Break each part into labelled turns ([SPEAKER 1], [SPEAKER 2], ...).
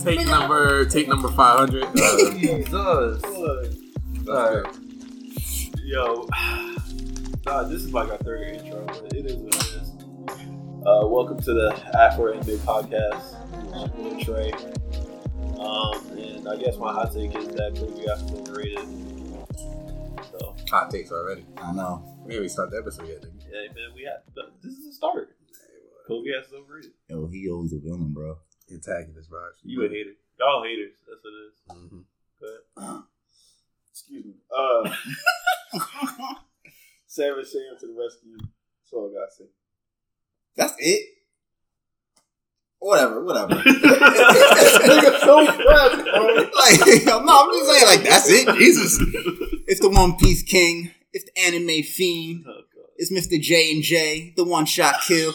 [SPEAKER 1] take number take number five hundred. Uh,
[SPEAKER 2] Jesus. Alright.
[SPEAKER 3] Yo, nah, this is like our third intro, but it is what it is. Uh, welcome to the Afro and Big Podcast. It's your boy Trey. Um, and I guess my hot take is that Kobe Afro is overrated. So,
[SPEAKER 1] hot takes already.
[SPEAKER 2] I know.
[SPEAKER 1] Maybe we start the episode yet. nigga.
[SPEAKER 3] yeah, man, we had this is a start. Kobe Afro is overrated.
[SPEAKER 2] Yo, he always a villain, bro.
[SPEAKER 1] Antagonist vibes.
[SPEAKER 3] You a hater? Y'all haters. That's what it is.
[SPEAKER 1] Mhm.
[SPEAKER 4] Excuse me. Uh,
[SPEAKER 1] Mm-hmm.
[SPEAKER 4] Savage Sam to the rescue. That's all I gotta say.
[SPEAKER 2] That's it. Whatever, whatever. like,
[SPEAKER 4] Nigga, so fresh, bro.
[SPEAKER 2] I'm not. I'm just saying, like, that's it. Jesus. It's the One Piece King. It's the anime fiend.
[SPEAKER 3] Oh, God.
[SPEAKER 2] It's Mr. J and J, the one shot kill.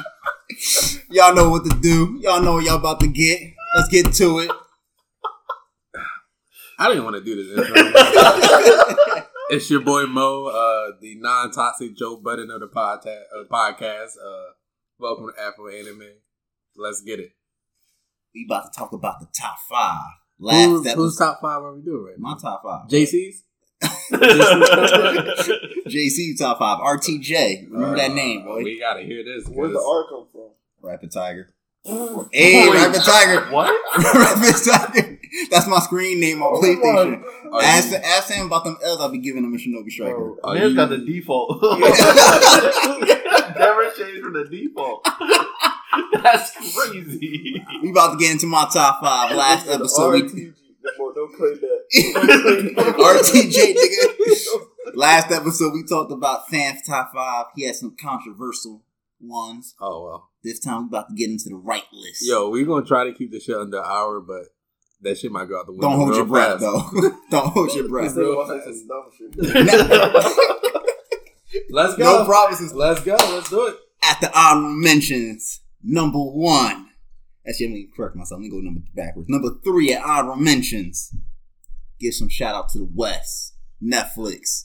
[SPEAKER 2] y'all know what to do. Y'all know what y'all about to get. Let's get to it.
[SPEAKER 1] I didn't want to do this intro. it's your boy Mo, uh, the non-toxic Joe Budden of the podcast. Uh, podcast. Uh, welcome to Afro Anime. Let's get it.
[SPEAKER 2] we about to talk about the top five. Last
[SPEAKER 1] Who's,
[SPEAKER 2] that
[SPEAKER 1] who's
[SPEAKER 2] was
[SPEAKER 1] top five are we doing right
[SPEAKER 2] my
[SPEAKER 1] now?
[SPEAKER 2] top five.
[SPEAKER 1] JC's.
[SPEAKER 2] JC top five. RTJ. Remember that name,
[SPEAKER 1] Uh,
[SPEAKER 2] boy.
[SPEAKER 1] We gotta hear this.
[SPEAKER 4] Where's the
[SPEAKER 1] 'cause-
[SPEAKER 4] R come from?
[SPEAKER 2] Rapid Tiger. Hey, Rapid Tiger.
[SPEAKER 3] What?
[SPEAKER 2] Rapid Tiger. That's my screen name on PlayStation.
[SPEAKER 1] are you-
[SPEAKER 2] Ask, ask him about them L's I'll be giving him a Shinobi Striker.
[SPEAKER 4] Bro,
[SPEAKER 1] are
[SPEAKER 3] Man's
[SPEAKER 1] you-
[SPEAKER 3] got the default. Never changed from the default. That's crazy.
[SPEAKER 2] We about to get into my top five. Last
[SPEAKER 4] The
[SPEAKER 2] episode, we,
[SPEAKER 4] RTG. The more, don't play that.
[SPEAKER 2] RTJ, nigga. Last episode, we talked about Sam's top five. He had some controversial ones.
[SPEAKER 1] Oh well.
[SPEAKER 2] This time, we about to get into the right list.
[SPEAKER 1] Yo, we gonna try to keep this shit under an hour, but that shit might go out the window.
[SPEAKER 2] Don't hold
[SPEAKER 1] real
[SPEAKER 2] your breath,
[SPEAKER 1] fast.
[SPEAKER 2] though. Don't hold your
[SPEAKER 4] This
[SPEAKER 2] breath.
[SPEAKER 4] nigga wants to say some dumb shit.
[SPEAKER 1] Let's go.
[SPEAKER 2] No promises.
[SPEAKER 1] Let's go. Let's do it.
[SPEAKER 2] At the honorable mentions, number one. Actually, let me correct myself. Let me go number backwards. Number three at honorable mentions. Give some shout out to the West, Netflix,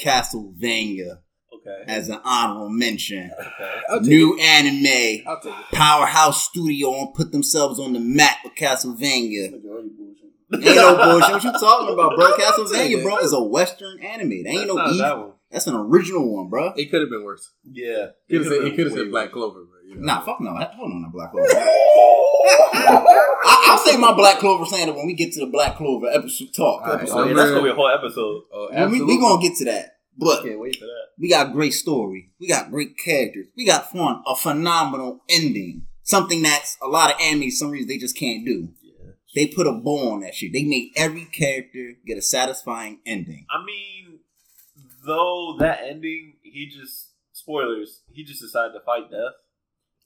[SPEAKER 2] Castlevania
[SPEAKER 3] Okay.
[SPEAKER 2] as an honorable mention.
[SPEAKER 3] Okay.
[SPEAKER 1] I'll take
[SPEAKER 2] New
[SPEAKER 1] it.
[SPEAKER 2] anime.
[SPEAKER 1] I'll take it.
[SPEAKER 2] Powerhouse Studio and put themselves on the map with
[SPEAKER 4] This
[SPEAKER 2] Castlevania.
[SPEAKER 4] nigga already bullshit.
[SPEAKER 2] Ain't no bullshit. What you talking about, bro? Castlevania, bro, is a Western anime. That ain't no
[SPEAKER 3] That's
[SPEAKER 2] E.
[SPEAKER 3] not
[SPEAKER 2] easy.
[SPEAKER 3] that one.
[SPEAKER 2] That's an original one, bro.
[SPEAKER 1] It could have been worse.
[SPEAKER 3] Yeah.
[SPEAKER 1] It could have said, it could've
[SPEAKER 3] way
[SPEAKER 1] said Black Clover. But, you know.
[SPEAKER 2] Nah, fuck no. That- Hold on, that Black Clover. I, I'll say my Black Clover standard when we get to the Black Clover episode talk.
[SPEAKER 1] All
[SPEAKER 3] worse.
[SPEAKER 1] right,
[SPEAKER 2] episode.
[SPEAKER 3] Oh, yeah, that's gonna be a whole episode.
[SPEAKER 1] Oh,
[SPEAKER 2] When we,
[SPEAKER 1] absolutely.
[SPEAKER 2] we gonna get to that, but
[SPEAKER 3] Can't wait for that.
[SPEAKER 2] we got great story. We got great characters. We got fun. A phenomenal ending. Something that's a lot of anime. Some reason they just can't do. They put a bow on that shit. They made every character get a satisfying ending.
[SPEAKER 3] I mean, though that ending, he just spoilers. He just decided to fight death.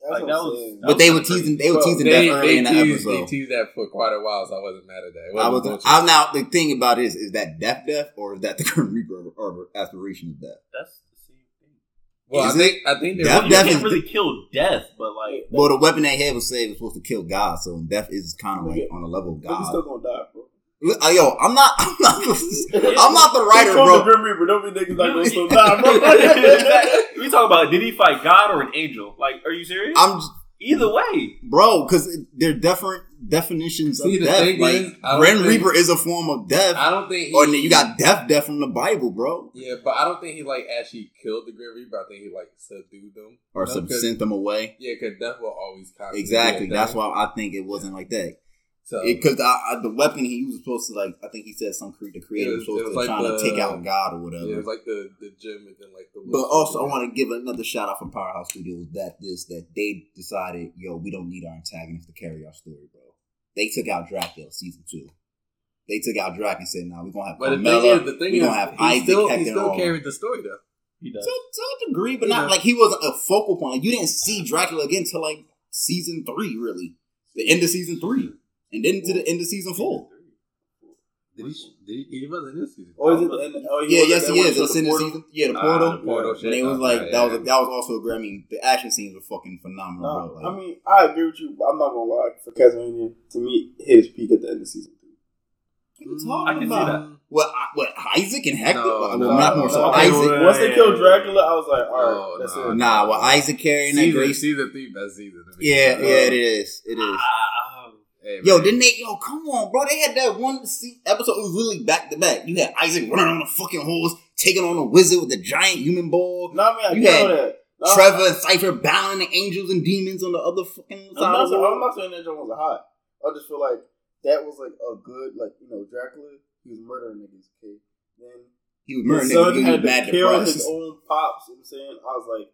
[SPEAKER 4] That's
[SPEAKER 3] Like,
[SPEAKER 4] what
[SPEAKER 3] that
[SPEAKER 4] I'm
[SPEAKER 3] was-
[SPEAKER 4] saying.
[SPEAKER 3] that
[SPEAKER 2] But they were
[SPEAKER 3] was crazy.
[SPEAKER 2] teasing. They were
[SPEAKER 1] Well,
[SPEAKER 2] teasing
[SPEAKER 1] they,
[SPEAKER 2] that
[SPEAKER 1] they
[SPEAKER 2] early in that
[SPEAKER 1] teased, They
[SPEAKER 2] episode.
[SPEAKER 1] teased that for quite a while, so I wasn't mad at that. It
[SPEAKER 2] I
[SPEAKER 1] wasn't
[SPEAKER 2] was.
[SPEAKER 1] bullshit.
[SPEAKER 2] I'm now the thing about it is, is that death, death, or is that the current Reaper or aspiration of death?
[SPEAKER 3] That's the same thing.
[SPEAKER 1] well, I
[SPEAKER 2] is it-
[SPEAKER 1] think I think they
[SPEAKER 2] That-
[SPEAKER 1] were-
[SPEAKER 3] you
[SPEAKER 2] death
[SPEAKER 3] can't
[SPEAKER 2] is-
[SPEAKER 3] really kill death, but like
[SPEAKER 2] Well, the weapon they had was said it was supposed to kill God, so death is kind of like on the level of
[SPEAKER 4] But you still
[SPEAKER 2] God.
[SPEAKER 4] gonna die, bro.
[SPEAKER 2] Uh, yo, I'm not, I'm not, I'm not the writer,
[SPEAKER 4] Just call the
[SPEAKER 2] bro.
[SPEAKER 4] Grim Reaper. Don't be niggas like gonna still die, bro.
[SPEAKER 3] Exactly. we talk about did he fight God or an angel? Like, are you serious?
[SPEAKER 2] I'm, just-
[SPEAKER 3] Either way,
[SPEAKER 2] bro, because they're different definitions
[SPEAKER 1] See,
[SPEAKER 2] of
[SPEAKER 1] the
[SPEAKER 2] death.
[SPEAKER 1] thing
[SPEAKER 2] Like,
[SPEAKER 1] is, I don't
[SPEAKER 2] Grim
[SPEAKER 1] think-
[SPEAKER 2] Reaper is a form of death,
[SPEAKER 1] I don't think. He,
[SPEAKER 2] or you got death, death from the Bible, bro,
[SPEAKER 1] Yeah, but I don't think he like actually killed the Grim Reaper. I think he like subdued them
[SPEAKER 2] or
[SPEAKER 1] No,
[SPEAKER 2] some
[SPEAKER 1] 'cause-
[SPEAKER 2] sent them away.
[SPEAKER 1] Yeah, because death will always constantly
[SPEAKER 2] Exactly.
[SPEAKER 1] be a
[SPEAKER 2] That's
[SPEAKER 1] thing.
[SPEAKER 2] why I think it wasn't like that.
[SPEAKER 1] So
[SPEAKER 2] Because I, I, the weapon he was supposed to like, I think he said some cre- the creator
[SPEAKER 1] It
[SPEAKER 2] was
[SPEAKER 1] was- it
[SPEAKER 2] supposed
[SPEAKER 1] was
[SPEAKER 2] to
[SPEAKER 1] like
[SPEAKER 2] trying
[SPEAKER 1] the-
[SPEAKER 2] to take out God or whatever.
[SPEAKER 1] yeah, it was like the the gym and then like the.
[SPEAKER 2] But also, I want to give another shout out from Powerhouse Studios that this that they decided, yo, we don't need our antagonist to carry our story, bro. They took out Dracula season two. They took out Drac and said, "No, we're gonna have
[SPEAKER 1] But the
[SPEAKER 2] Carmella,
[SPEAKER 1] thing is, the thing
[SPEAKER 2] we
[SPEAKER 1] is,
[SPEAKER 2] gonna have
[SPEAKER 1] he
[SPEAKER 2] Isaac
[SPEAKER 1] still, he
[SPEAKER 2] Hector and
[SPEAKER 1] still
[SPEAKER 2] all."
[SPEAKER 1] carried the story though.
[SPEAKER 3] he
[SPEAKER 2] to,
[SPEAKER 3] does.
[SPEAKER 2] to a degree, but
[SPEAKER 1] Yeah.
[SPEAKER 2] not like he wasn't a focal point. Like you didn't see Dracula again until like season three, really, the end of season three, and then to the end of season four.
[SPEAKER 1] Did he? Did he? He wasn't in this season.
[SPEAKER 4] Or is it? and- Oh,
[SPEAKER 2] Yeah, yes,
[SPEAKER 4] that
[SPEAKER 2] he
[SPEAKER 4] one
[SPEAKER 2] is.
[SPEAKER 4] to
[SPEAKER 2] It's in the
[SPEAKER 4] portal?
[SPEAKER 2] season, yeah, the
[SPEAKER 1] Ah,
[SPEAKER 2] portal.
[SPEAKER 1] the portal
[SPEAKER 2] And
[SPEAKER 1] shit.
[SPEAKER 2] it was
[SPEAKER 1] Okay,
[SPEAKER 2] like
[SPEAKER 1] yeah,
[SPEAKER 2] that was a,
[SPEAKER 1] yeah.
[SPEAKER 2] that was also a great. I mean, the action scenes were fucking phenomenal.
[SPEAKER 4] Nah,
[SPEAKER 2] bro. Like,
[SPEAKER 4] I mean, I agree with you. But I'm not gonna lie. For Castlevania, to me, hit his peak at the end of season three.
[SPEAKER 2] What you talking
[SPEAKER 3] Mm, I can see
[SPEAKER 2] about?
[SPEAKER 3] that.
[SPEAKER 2] What, I- what, Isaac and Hector?
[SPEAKER 1] No,
[SPEAKER 2] well,
[SPEAKER 1] no,
[SPEAKER 2] not more so.
[SPEAKER 4] no,
[SPEAKER 2] Isaac.
[SPEAKER 3] wait,
[SPEAKER 4] Once they killed
[SPEAKER 3] Hey.
[SPEAKER 4] Dracula, I was like, all right,
[SPEAKER 1] Oh,
[SPEAKER 4] that's
[SPEAKER 1] nah.
[SPEAKER 4] it.
[SPEAKER 2] Nah, well, Isaac carrying that
[SPEAKER 1] Season,
[SPEAKER 2] grace.
[SPEAKER 1] season three, best season. to me.
[SPEAKER 2] Yeah, yeah, it is. It is.
[SPEAKER 3] Ah,
[SPEAKER 1] Uh, Hey,
[SPEAKER 2] Yo,
[SPEAKER 1] man.
[SPEAKER 2] didn't they? Yo, come on, bro. They had that one se- episode. It was literally back to back. You had Isaac running on the fucking holes, taking on a wizard with the giant human ball.
[SPEAKER 4] No, I mean, I
[SPEAKER 2] You
[SPEAKER 4] get all
[SPEAKER 2] had
[SPEAKER 4] that. No,
[SPEAKER 2] Trevor and Cypher battling the angels and demons on the other fucking
[SPEAKER 4] I'm
[SPEAKER 2] side
[SPEAKER 4] not,
[SPEAKER 2] of the
[SPEAKER 4] saying, I'm
[SPEAKER 2] world.
[SPEAKER 4] not saying that joint was hot. I just feel like that was like a good, like you know, Dracula. He was murdering niggas. Okay, then
[SPEAKER 2] He was
[SPEAKER 4] his
[SPEAKER 2] murdering
[SPEAKER 4] son
[SPEAKER 2] niggas, he
[SPEAKER 4] had
[SPEAKER 2] was
[SPEAKER 4] to
[SPEAKER 2] mad
[SPEAKER 4] kill his
[SPEAKER 2] depressed.
[SPEAKER 4] own pops. You know what I'm saying, I was like,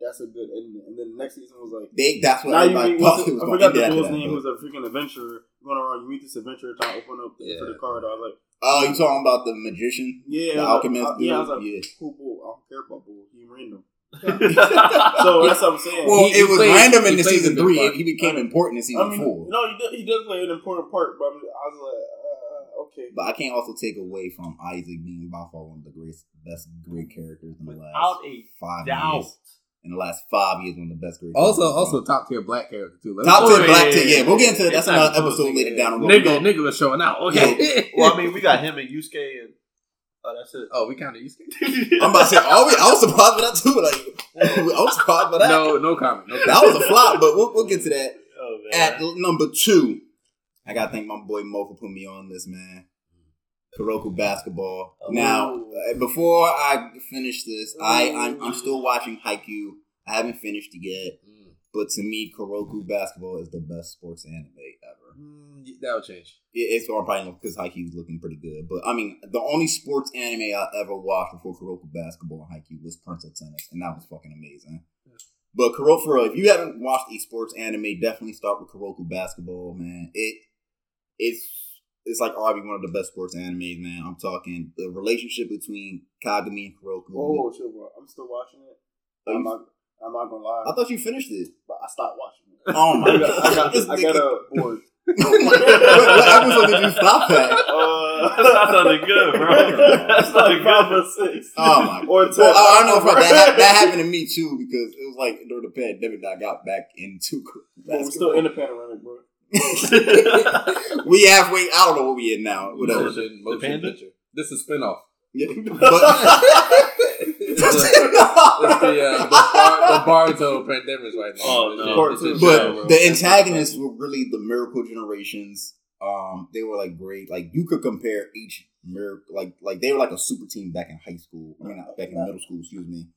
[SPEAKER 4] that's a good ending. And then the next season was like,
[SPEAKER 2] They, that's what
[SPEAKER 4] now you
[SPEAKER 2] everybody
[SPEAKER 4] meet.
[SPEAKER 2] thought
[SPEAKER 4] what's
[SPEAKER 2] it was
[SPEAKER 4] it- I
[SPEAKER 2] going to
[SPEAKER 4] forgot
[SPEAKER 2] be
[SPEAKER 4] the
[SPEAKER 2] after
[SPEAKER 4] bull's
[SPEAKER 2] that.
[SPEAKER 4] name.
[SPEAKER 2] but-
[SPEAKER 4] Who was a freaking adventurer going around? You meet this adventurer trying to open up the, for
[SPEAKER 1] Yeah.
[SPEAKER 4] the card. I was like,
[SPEAKER 2] Oh, you talking about the magician,
[SPEAKER 4] yeah,
[SPEAKER 2] the
[SPEAKER 4] I was
[SPEAKER 2] alchemist?
[SPEAKER 4] Like, I,
[SPEAKER 2] dude?
[SPEAKER 4] yeah, I was like,
[SPEAKER 2] yeah.
[SPEAKER 4] cool bull. I don't care about bull. He random.
[SPEAKER 3] yeah,
[SPEAKER 4] So that's what I'm saying.
[SPEAKER 2] Well,
[SPEAKER 1] He- he
[SPEAKER 2] it was
[SPEAKER 1] played-
[SPEAKER 2] random
[SPEAKER 1] he
[SPEAKER 2] in the
[SPEAKER 1] played
[SPEAKER 2] season
[SPEAKER 1] the
[SPEAKER 2] three.
[SPEAKER 1] part.
[SPEAKER 2] and He became important in season
[SPEAKER 4] I mean,
[SPEAKER 2] four.
[SPEAKER 4] no, he does, he does play an important part, but I, mean, I was like, uh, okay.
[SPEAKER 2] But I can't also take away from Isaac being by far one of the greatest, best great characters in the last
[SPEAKER 3] Without a
[SPEAKER 2] five
[SPEAKER 3] doubt.
[SPEAKER 2] years. In the last five years, one of the best great.
[SPEAKER 1] Also,
[SPEAKER 2] characters.
[SPEAKER 1] also top tier black character too. Let's
[SPEAKER 2] top
[SPEAKER 3] Oh,
[SPEAKER 2] ten
[SPEAKER 3] yeah,
[SPEAKER 2] black
[SPEAKER 3] yeah,
[SPEAKER 2] ten.
[SPEAKER 3] yeah.
[SPEAKER 2] Yeah, we'll get into that. That's
[SPEAKER 3] It's not
[SPEAKER 2] another
[SPEAKER 3] even
[SPEAKER 2] episode
[SPEAKER 3] close,
[SPEAKER 2] later
[SPEAKER 3] yeah.
[SPEAKER 2] down the road.
[SPEAKER 1] nigga, nigga was showing out. Okay.
[SPEAKER 3] Well, I mean, we got him and Yusuke, and oh, that's it.
[SPEAKER 1] oh, we kind of used to.
[SPEAKER 2] I'm about to say, are we, I was surprised by that too. Like, I was surprised by that.
[SPEAKER 1] No, no comment. No comment.
[SPEAKER 2] That was a flop, but we'll, we'll get to that.
[SPEAKER 3] oh
[SPEAKER 2] At l- number two, I gotta thank my boy Mo for putting me on this, man. Kuroko basketball.
[SPEAKER 3] Oh.
[SPEAKER 2] Now, uh, before I finish this, I I'm, I'm still watching Haikyuu. I haven't finished it yet,
[SPEAKER 1] Mm.
[SPEAKER 2] but to me, Kuroko basketball is the best sports anime ever.
[SPEAKER 1] Mm, that would change.
[SPEAKER 2] It- it's or probably because Haikyuu's looking pretty good, but I mean, the only sports anime I ever watched before Kuroko basketball and Haikyuu was Prince of Tennis, and that was fucking amazing. But Kuroko, for real, if you haven't watched a sports anime, definitely start with Kuroko basketball, man. It it's it's like arguably one of the best sports animes, man. I'm talking the relationship between Kagami and Kuroko.
[SPEAKER 4] Whoa, chill, bro. I'm still watching it.
[SPEAKER 2] Oh, you-
[SPEAKER 4] I'm not, I'm not gonna lie,
[SPEAKER 2] I thought you finished it.
[SPEAKER 4] but I stopped watching it.
[SPEAKER 2] Oh my
[SPEAKER 4] I got,
[SPEAKER 2] god!
[SPEAKER 4] I got,
[SPEAKER 2] This
[SPEAKER 4] I got
[SPEAKER 2] nigga-
[SPEAKER 4] a board.
[SPEAKER 2] what, what episode did you stop at?
[SPEAKER 4] Uh,
[SPEAKER 3] That's not sounding good, bro. That's not good.
[SPEAKER 4] Number six.
[SPEAKER 2] Oh my
[SPEAKER 4] Or ten.
[SPEAKER 2] Well, I don't know if that, hap- that happened to me too because it was like during the pandemic that I got back into
[SPEAKER 4] But we're still in the panoramic, bro.
[SPEAKER 2] basketball. we halfway. I don't know where we in now. Whatever.
[SPEAKER 1] Motion,
[SPEAKER 3] The
[SPEAKER 1] motion
[SPEAKER 3] panda?
[SPEAKER 1] picture. This is spinoff.
[SPEAKER 2] Yeah, but-
[SPEAKER 1] it's the, it's the, uh, the, bar, the Barto pandemics right now.
[SPEAKER 3] Oh, no.
[SPEAKER 1] Part
[SPEAKER 3] Part two.
[SPEAKER 1] two.
[SPEAKER 3] Yeah,
[SPEAKER 2] but
[SPEAKER 3] bro.
[SPEAKER 2] the antagonists were really the miracle generations. Um, they were like great. Like you could compare each miracle, like like they were like a super team back in high school. I mean, not back in middle school. Excuse me.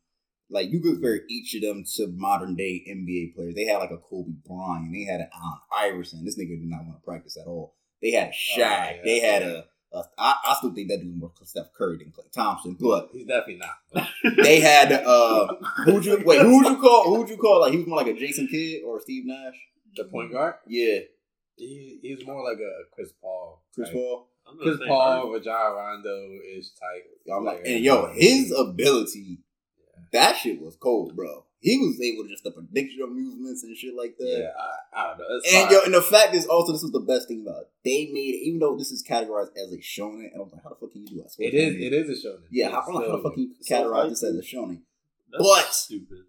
[SPEAKER 2] Like you could compare each of them to modern day NBA players. They had like a Kobe Bryant. They had an Allen Iverson. This nigga did not want to practice at all. They had a Shaq.
[SPEAKER 1] Oh, yeah.
[SPEAKER 2] They had a. a I, I still think that dude more Steph Curry than Clay Thompson, but
[SPEAKER 1] He's definitely not.
[SPEAKER 2] they had uh who'd you wait who'd you call who'd you call like he was more like a Jason Kidd or Steve Nash?
[SPEAKER 1] The point guard?
[SPEAKER 2] Yeah,
[SPEAKER 1] He, he's more like a Chris Paul.
[SPEAKER 2] Chris
[SPEAKER 1] type.
[SPEAKER 2] Paul.
[SPEAKER 3] I'm gonna
[SPEAKER 1] Chris
[SPEAKER 3] say
[SPEAKER 1] Paul or John Rondo is type.
[SPEAKER 2] I'm like,
[SPEAKER 1] player.
[SPEAKER 2] and yo, his uh, ability, that shit was cold, bro. He was able to just to predict your movements and shit like
[SPEAKER 1] Yeah,
[SPEAKER 2] that.
[SPEAKER 1] I, I don't know. It's
[SPEAKER 2] And
[SPEAKER 1] fine.
[SPEAKER 2] yo, and the fact is also this is the best thing about it. They made it, even though this is categorized as a shonen, and I'm like, how the fuck can you do that?
[SPEAKER 1] it is it is a show.
[SPEAKER 2] Yeah, how, I'm like, how the fuck can you categorize this as a shonen?
[SPEAKER 3] That's
[SPEAKER 2] But-
[SPEAKER 3] stupid.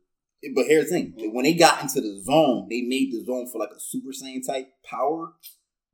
[SPEAKER 2] But here's the thing: when they got into the zone, they made the zone for like a Super Saiyan type power.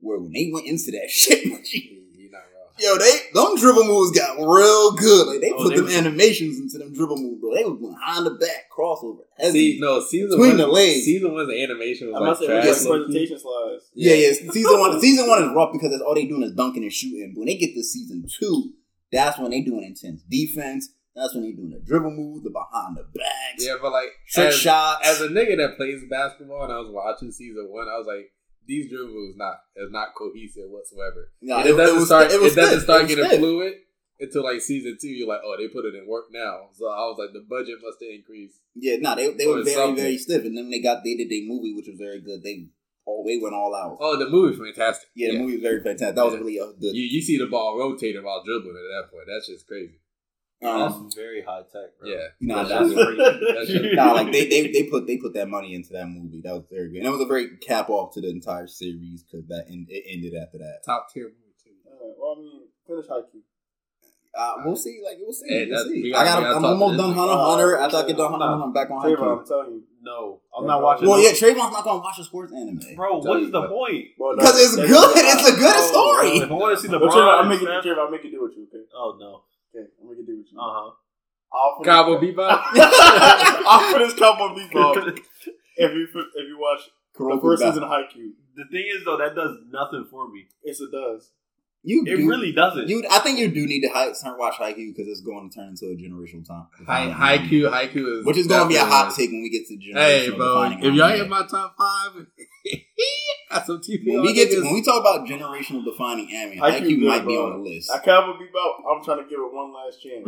[SPEAKER 2] Where when they went into that shit,
[SPEAKER 1] You're not wrong.
[SPEAKER 2] yo, they them dribble moves got real good. Like they
[SPEAKER 3] Oh,
[SPEAKER 2] put
[SPEAKER 3] they
[SPEAKER 2] them
[SPEAKER 3] was-
[SPEAKER 2] animations into them dribble moves, bro. They was behind the back crossover.
[SPEAKER 1] See,
[SPEAKER 2] Hezzy.
[SPEAKER 1] no, season
[SPEAKER 2] Between
[SPEAKER 1] one,
[SPEAKER 2] the legs.
[SPEAKER 1] season one's animation
[SPEAKER 4] I
[SPEAKER 1] was
[SPEAKER 4] must
[SPEAKER 1] like
[SPEAKER 4] say, we got
[SPEAKER 1] trash.
[SPEAKER 2] Yes.
[SPEAKER 4] some presentation slides.
[SPEAKER 2] yeah, yeah. Season one, season one is rough because that's all they doing is dunking and shooting. But when they get to season two, that's when they doing intense defense. That's when they doing the dribble moves, the behind the backs,
[SPEAKER 1] Yeah, but like
[SPEAKER 2] trick
[SPEAKER 1] as,
[SPEAKER 2] shots.
[SPEAKER 1] as a nigga that plays basketball, and I was watching season one, I was like, these dribbles not is not cohesive whatsoever.
[SPEAKER 2] Nah,
[SPEAKER 1] And it, doesn't
[SPEAKER 2] was-
[SPEAKER 1] start. It,
[SPEAKER 2] was
[SPEAKER 1] doesn't
[SPEAKER 2] stiff.
[SPEAKER 1] start
[SPEAKER 2] was
[SPEAKER 1] getting
[SPEAKER 2] stiff.
[SPEAKER 1] fluid until like season two. You're like, oh, they put it in work now. So I was like, the budget must have increased.
[SPEAKER 2] Yeah, no, they they
[SPEAKER 1] Or
[SPEAKER 2] were very
[SPEAKER 1] something.
[SPEAKER 2] very stiff, and then they got they did their movie, which was very good. They all they went all out.
[SPEAKER 1] Oh, the movie's fantastic.
[SPEAKER 2] Yeah, the movie was very fantastic. That was
[SPEAKER 1] Yeah.
[SPEAKER 2] really a good.
[SPEAKER 1] You, you see the ball rotating while dribbling at that point. That's just crazy.
[SPEAKER 2] Um,
[SPEAKER 3] that's very high tech, bro.
[SPEAKER 1] Yeah.
[SPEAKER 2] nah,
[SPEAKER 1] That's
[SPEAKER 2] that was-
[SPEAKER 1] just crazy. That's just-
[SPEAKER 2] nah, like they, they they put they put that money into that movie. That was very good, and it was a very cap off to the entire series because that end, it ended after that.
[SPEAKER 1] top tier movie too.
[SPEAKER 4] Alright, well, I mean, finish haiku.
[SPEAKER 2] Uh, we'll see, like we'll see,
[SPEAKER 1] Hey,
[SPEAKER 2] we'll
[SPEAKER 1] that's-
[SPEAKER 2] see.
[SPEAKER 1] we
[SPEAKER 2] I
[SPEAKER 1] gotta- we gotta
[SPEAKER 2] got, I'm
[SPEAKER 1] talk
[SPEAKER 2] almost
[SPEAKER 1] to
[SPEAKER 2] done
[SPEAKER 1] this Oh,
[SPEAKER 2] Hunter
[SPEAKER 4] nigga.
[SPEAKER 2] Hunter. After I get done Hunter,
[SPEAKER 4] I'm
[SPEAKER 2] Hunter, I'm back on
[SPEAKER 4] Trayvon,
[SPEAKER 2] Hunter.
[SPEAKER 4] I'm telling you.
[SPEAKER 3] No, I'm not
[SPEAKER 4] Bro.
[SPEAKER 3] watching.
[SPEAKER 2] Well,
[SPEAKER 3] no-
[SPEAKER 2] yeah, Trayvon's not gonna watch a sports anime.
[SPEAKER 3] bro.
[SPEAKER 1] Tell
[SPEAKER 3] What
[SPEAKER 1] you,
[SPEAKER 3] is the
[SPEAKER 1] but-
[SPEAKER 3] point?
[SPEAKER 4] Bro,
[SPEAKER 2] Because it's
[SPEAKER 4] that's-
[SPEAKER 2] good.
[SPEAKER 4] that's-
[SPEAKER 2] It's a good
[SPEAKER 4] Oh,
[SPEAKER 2] story.
[SPEAKER 3] If I want to see the
[SPEAKER 4] But Trayvon, I'm
[SPEAKER 3] LeBron,
[SPEAKER 4] making
[SPEAKER 3] stuff-
[SPEAKER 4] Trayvon, I'm making do with you, okay?
[SPEAKER 3] oh no,
[SPEAKER 4] Okay, I'm making do with you.
[SPEAKER 5] Uh-huh.
[SPEAKER 3] uh
[SPEAKER 4] I'll finish-
[SPEAKER 1] Cowboy Bebop.
[SPEAKER 4] I'll finish Cowboy Bebop
[SPEAKER 3] huh.
[SPEAKER 4] if you if you watch The
[SPEAKER 2] Kuroko
[SPEAKER 4] first
[SPEAKER 2] Ba-
[SPEAKER 4] season of Haikyuu.
[SPEAKER 3] The thing is, though, that does nothing for me.
[SPEAKER 4] Yes, it does.
[SPEAKER 2] You
[SPEAKER 3] It
[SPEAKER 2] do-
[SPEAKER 3] really doesn't.
[SPEAKER 2] You, I think you do need to hi- start watch Haikyuu because it's going to turn into a generational time.
[SPEAKER 1] Hi, haiku, haiku is
[SPEAKER 2] Um, Which is going to be a hot
[SPEAKER 1] definitely-
[SPEAKER 2] take when we get to generational
[SPEAKER 1] Hey, bro,
[SPEAKER 2] defining
[SPEAKER 1] if y'all
[SPEAKER 2] anime.
[SPEAKER 1] hit my top five, got some TV.
[SPEAKER 2] when
[SPEAKER 1] on
[SPEAKER 2] we get to,
[SPEAKER 1] niggas.
[SPEAKER 2] when we talk about generational defining anime,
[SPEAKER 4] Haikyuu
[SPEAKER 2] Haikyuu
[SPEAKER 4] good,
[SPEAKER 2] might be
[SPEAKER 4] bro.
[SPEAKER 2] on the list.
[SPEAKER 4] I kind of be about. I'm trying to give it one last chance.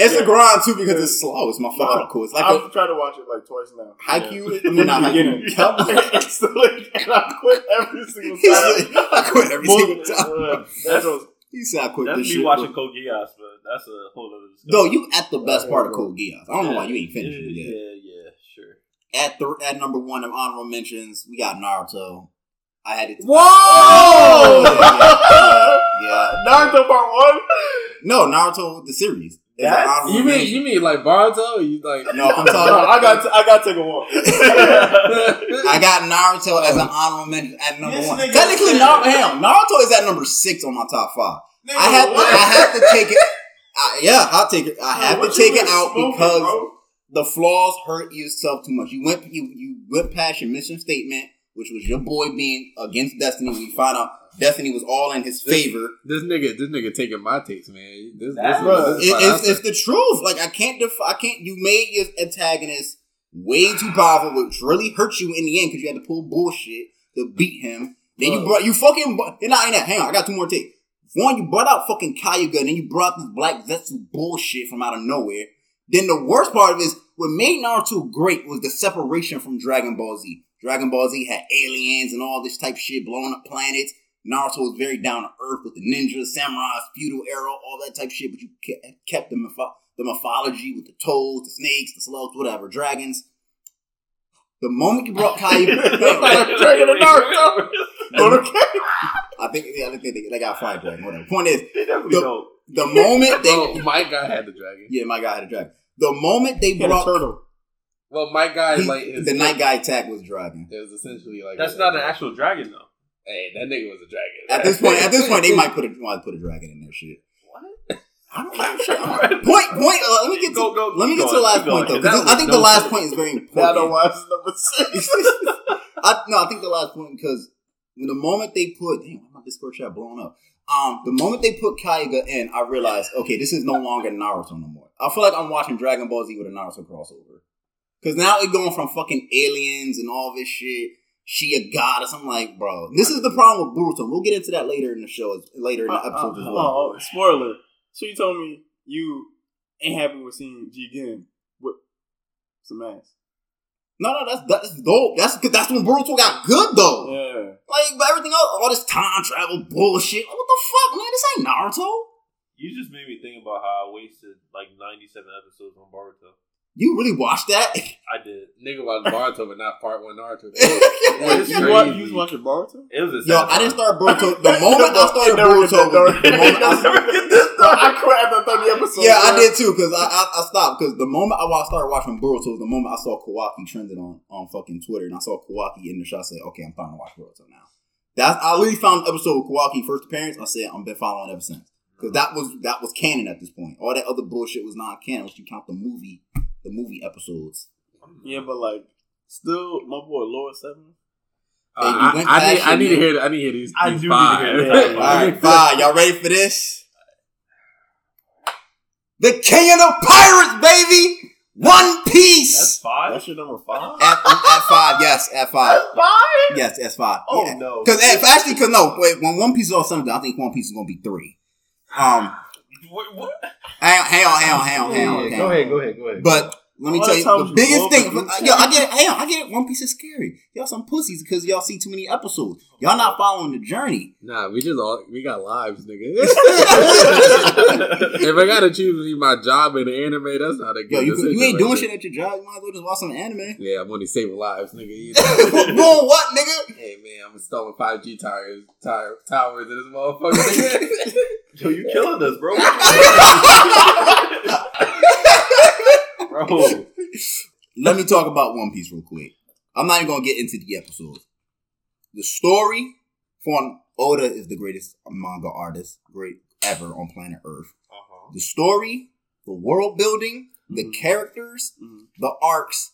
[SPEAKER 2] It's
[SPEAKER 4] Yeah.
[SPEAKER 2] a grind too because it's slow. It's my fault, of course. Like
[SPEAKER 4] I've
[SPEAKER 2] a
[SPEAKER 4] tried to watch it like twice now.
[SPEAKER 2] Haikyuu, I mean not Haikyuu. Cowboy-
[SPEAKER 4] it's still like, and I quit every single
[SPEAKER 2] He
[SPEAKER 4] time.
[SPEAKER 2] said, I quit every single
[SPEAKER 4] Bullshit.
[SPEAKER 2] time.
[SPEAKER 4] Uh, That's what
[SPEAKER 2] He said, I quit
[SPEAKER 3] That's
[SPEAKER 2] this
[SPEAKER 3] me
[SPEAKER 2] shit.
[SPEAKER 3] watching
[SPEAKER 2] bro.
[SPEAKER 3] Code Geass, but that's a whole other discussion.
[SPEAKER 2] Though you at the best
[SPEAKER 4] Yeah,
[SPEAKER 2] part of
[SPEAKER 4] bro.
[SPEAKER 2] Code Geass. I don't know why you ain't finished it
[SPEAKER 3] yeah,
[SPEAKER 2] yet.
[SPEAKER 3] Yeah, yeah, sure.
[SPEAKER 2] At the at number one of honorable mentions, we got Naruto. I had it. Oh,
[SPEAKER 1] Whoa!
[SPEAKER 2] yeah, yeah.
[SPEAKER 4] Naruto Part One.
[SPEAKER 2] No, Naruto the series. It's an
[SPEAKER 4] That-
[SPEAKER 2] honorable
[SPEAKER 1] You mean
[SPEAKER 2] mention.
[SPEAKER 1] you mean like Boruto? You like
[SPEAKER 2] No, I'm
[SPEAKER 4] No,
[SPEAKER 2] talking.
[SPEAKER 4] I got I got to take a walk.
[SPEAKER 2] I got Naruto as an honorable mention at number
[SPEAKER 4] This
[SPEAKER 2] one.
[SPEAKER 4] nigga
[SPEAKER 2] Technically,
[SPEAKER 4] said-
[SPEAKER 2] Naruto, hell, Naruto is at number six on my top five. I have to, I have to take it. I, yeah, I'll take it. I have to take it out because the flaws hurt yourself too much. You went you you went past your mission statement, which was your boy being against Destiny. We find out Destiny was all in his favor.
[SPEAKER 1] this nigga? This nigga taking my takes, man. This, this,
[SPEAKER 3] That's-
[SPEAKER 1] is-
[SPEAKER 4] Bruh,
[SPEAKER 1] this is
[SPEAKER 2] It-
[SPEAKER 1] what I
[SPEAKER 2] it's,
[SPEAKER 1] said.
[SPEAKER 2] it's the truth. Like I can't def- I can't. You made your antagonist way too powerful, which really hurt you in the end because you had to pull bullshit to beat him. Then you
[SPEAKER 4] Bro.
[SPEAKER 2] brought you fucking. brought- And I ain't that. Hang on, I got two more takes. One, you brought out fucking Kyuga, and then you brought this black Zetsu bullshit from out of nowhere. Then the worst part of it is what made Naruto great was the separation from Dragon Ball Z. Dragon Ball Z had aliens and all this type of shit blowing up planets. Naruto was very down to earth with the ninjas, samurais, feudal era, all that type of shit. But you ke- kept the, mytho- the mythology with the toads, the snakes, the slugs, whatever, dragons. The moment you brought Kyuga,
[SPEAKER 4] Dragon of Naruto.
[SPEAKER 2] I think yeah, I think they, they got five dragon. Whatever. Point is,
[SPEAKER 3] They definitely don't.
[SPEAKER 2] the moment
[SPEAKER 3] Oh.
[SPEAKER 1] Well,
[SPEAKER 2] they
[SPEAKER 1] my guy had the dragon.
[SPEAKER 2] yeah, my guy had a dragon. The moment they
[SPEAKER 4] He had a
[SPEAKER 2] brought
[SPEAKER 4] turtle.
[SPEAKER 1] Well, my guy
[SPEAKER 2] he-
[SPEAKER 1] like his,
[SPEAKER 2] the night guy attack was dragon.
[SPEAKER 1] It was essentially like
[SPEAKER 3] That's
[SPEAKER 1] a-
[SPEAKER 3] not an actual dragon, though.
[SPEAKER 1] Hey, that nigga was a dragon.
[SPEAKER 2] At this point, at this point, they might put a might put a dragon in their shit.
[SPEAKER 3] What?
[SPEAKER 2] I don't know. Shit. I don't- Point point. Uh, let me get to,
[SPEAKER 3] Go, go,
[SPEAKER 2] let me
[SPEAKER 3] keep
[SPEAKER 2] get to the
[SPEAKER 3] going,
[SPEAKER 2] last
[SPEAKER 3] keep going,
[SPEAKER 2] point though,
[SPEAKER 3] 'cause
[SPEAKER 2] because
[SPEAKER 3] that
[SPEAKER 2] I think
[SPEAKER 3] was
[SPEAKER 2] the last
[SPEAKER 3] dope.
[SPEAKER 2] point is very
[SPEAKER 4] Now I know
[SPEAKER 2] important.
[SPEAKER 4] why it's number six.
[SPEAKER 2] I, no, I think the last point because when the moment they put damn, my Discord chat blowing up. Um, the moment they put Kaiga in, I realized okay, this is no longer Naruto no more. I feel like I'm watching Dragon Ball Z with a Naruto crossover because now it's going from fucking aliens and all this shit. She a goddess. I'm like, bro, this is the problem with Boruto. We'll get into that later in the show, later in the episode as well.
[SPEAKER 4] Oh, spoiler. So you told me you ain't happy with seeing G Gen with some ass.
[SPEAKER 2] No, no, that's that's dope. That's that's when Boruto got good though.
[SPEAKER 4] Yeah.
[SPEAKER 2] Like, but everything else, all this time travel bullshit. What the fuck, man? This ain't Naruto.
[SPEAKER 3] You just made me think about how I wasted like 97 episodes on Boruto.
[SPEAKER 2] You really watched that?
[SPEAKER 3] I did.
[SPEAKER 1] nigga was Boruto, but not part one Naruto.
[SPEAKER 3] It's
[SPEAKER 4] You, wa- you was watching Boruto?
[SPEAKER 3] It was a
[SPEAKER 2] Yo,
[SPEAKER 3] sad
[SPEAKER 2] I
[SPEAKER 3] time.
[SPEAKER 2] didn't start Boruto. The moment I started
[SPEAKER 4] Never get
[SPEAKER 2] Boruto,
[SPEAKER 4] that dark.
[SPEAKER 2] the moment I
[SPEAKER 4] Never get this dark. I quit after 30 episodes.
[SPEAKER 2] yeah, I did too, because I, I I stopped because the moment I wa- started watching Boruto was the moment I saw Kawaki trending on, on fucking Twitter, and I saw Kawaki in the show. I said, "Okay, I'm finally watch Boruto now." That's I literally found an episode with Kawaki first appearance. I said, "I've been following ever since," because that was that was canon at this point. All that other bullshit was not canon. If you count the movie, the movie episodes.
[SPEAKER 4] Yeah, but like, still, my boy, Lord Seven.
[SPEAKER 1] Uh,
[SPEAKER 2] Hey, you
[SPEAKER 1] I,
[SPEAKER 2] went
[SPEAKER 1] I, need,
[SPEAKER 2] fashion,
[SPEAKER 1] I need to
[SPEAKER 2] man.
[SPEAKER 1] hear. I need to hear these.
[SPEAKER 3] I
[SPEAKER 1] these
[SPEAKER 3] do need to
[SPEAKER 1] five.
[SPEAKER 3] hear that.
[SPEAKER 2] All right, bye. Y'all ready for this? The King of the Pirates, baby. One Piece.
[SPEAKER 3] That's five?
[SPEAKER 4] That's your number five?
[SPEAKER 2] At, at five, yes, at five.
[SPEAKER 4] five?
[SPEAKER 2] Yes, that's five.
[SPEAKER 3] oh,
[SPEAKER 2] yeah.
[SPEAKER 3] no.
[SPEAKER 2] Because actually, because no, wait, when One Piece is all something, I think One Piece is gonna be three. Um,
[SPEAKER 3] What, what?
[SPEAKER 2] hang on, hang on, hang on, hang on, hang on. hang on.
[SPEAKER 1] go ahead, go ahead.
[SPEAKER 2] But let me
[SPEAKER 4] All
[SPEAKER 2] tell
[SPEAKER 4] the
[SPEAKER 2] you,
[SPEAKER 4] times
[SPEAKER 2] the
[SPEAKER 4] you
[SPEAKER 2] biggest
[SPEAKER 4] love
[SPEAKER 2] thing, uh,
[SPEAKER 4] the group
[SPEAKER 2] yo, I get, it, hang on, I get it. One Piece is scary. Y'all some pussies because y'all see too many episodes. Y'all not following the journey.
[SPEAKER 1] nah, we just all we got lives, nigga. if I gotta choose between my job and anime, that's not a good.
[SPEAKER 2] Yo, you,
[SPEAKER 1] decision
[SPEAKER 2] you ain't
[SPEAKER 1] right
[SPEAKER 2] doing
[SPEAKER 1] there.
[SPEAKER 2] shit at your job. You might as well just watch some anime.
[SPEAKER 1] Yeah, I'm only saving lives, nigga. You know?
[SPEAKER 2] Doing what, nigga?
[SPEAKER 1] hey man, I'm installing 5G tires, tire, towers in this motherfucker.
[SPEAKER 3] Yo, you killing us, bro. bro.
[SPEAKER 2] Let me talk about One Piece real quick. I'm not even gonna get into the episodes. The story for Oda is the greatest manga artist, great ever on planet Earth. The story, the world building, the
[SPEAKER 4] Mhm.
[SPEAKER 2] characters,
[SPEAKER 4] Mhm.
[SPEAKER 2] the arcs,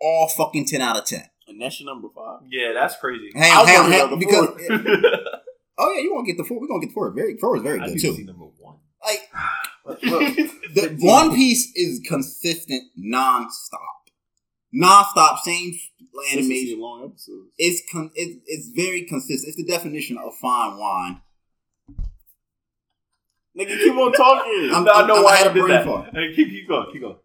[SPEAKER 2] all fucking ten out of ten.
[SPEAKER 4] And that's your number five.
[SPEAKER 3] Yeah, that's crazy.
[SPEAKER 2] Hang
[SPEAKER 4] I
[SPEAKER 2] on, hang on,
[SPEAKER 4] wanted
[SPEAKER 2] hang on,
[SPEAKER 4] number
[SPEAKER 2] because
[SPEAKER 4] four.
[SPEAKER 2] oh yeah, you won't get the four. We're gonna get the four. Very four is very
[SPEAKER 5] I
[SPEAKER 2] good
[SPEAKER 5] need to see
[SPEAKER 2] too.
[SPEAKER 5] number one.
[SPEAKER 2] Like
[SPEAKER 4] Look, look,
[SPEAKER 2] the One Piece is consistent, non-stop. non-stop, same
[SPEAKER 4] this is
[SPEAKER 2] animation.
[SPEAKER 4] your long episodes.
[SPEAKER 2] It's con- it's it's very consistent. It's the definition of fine wine.
[SPEAKER 4] Nigga, keep on talking.
[SPEAKER 2] I'm-
[SPEAKER 3] No, I know
[SPEAKER 2] I'm- I
[SPEAKER 3] why
[SPEAKER 2] had
[SPEAKER 3] you
[SPEAKER 2] a
[SPEAKER 3] did
[SPEAKER 2] brain
[SPEAKER 3] that.
[SPEAKER 2] fart.
[SPEAKER 3] Hey, keep, keep going, keep going.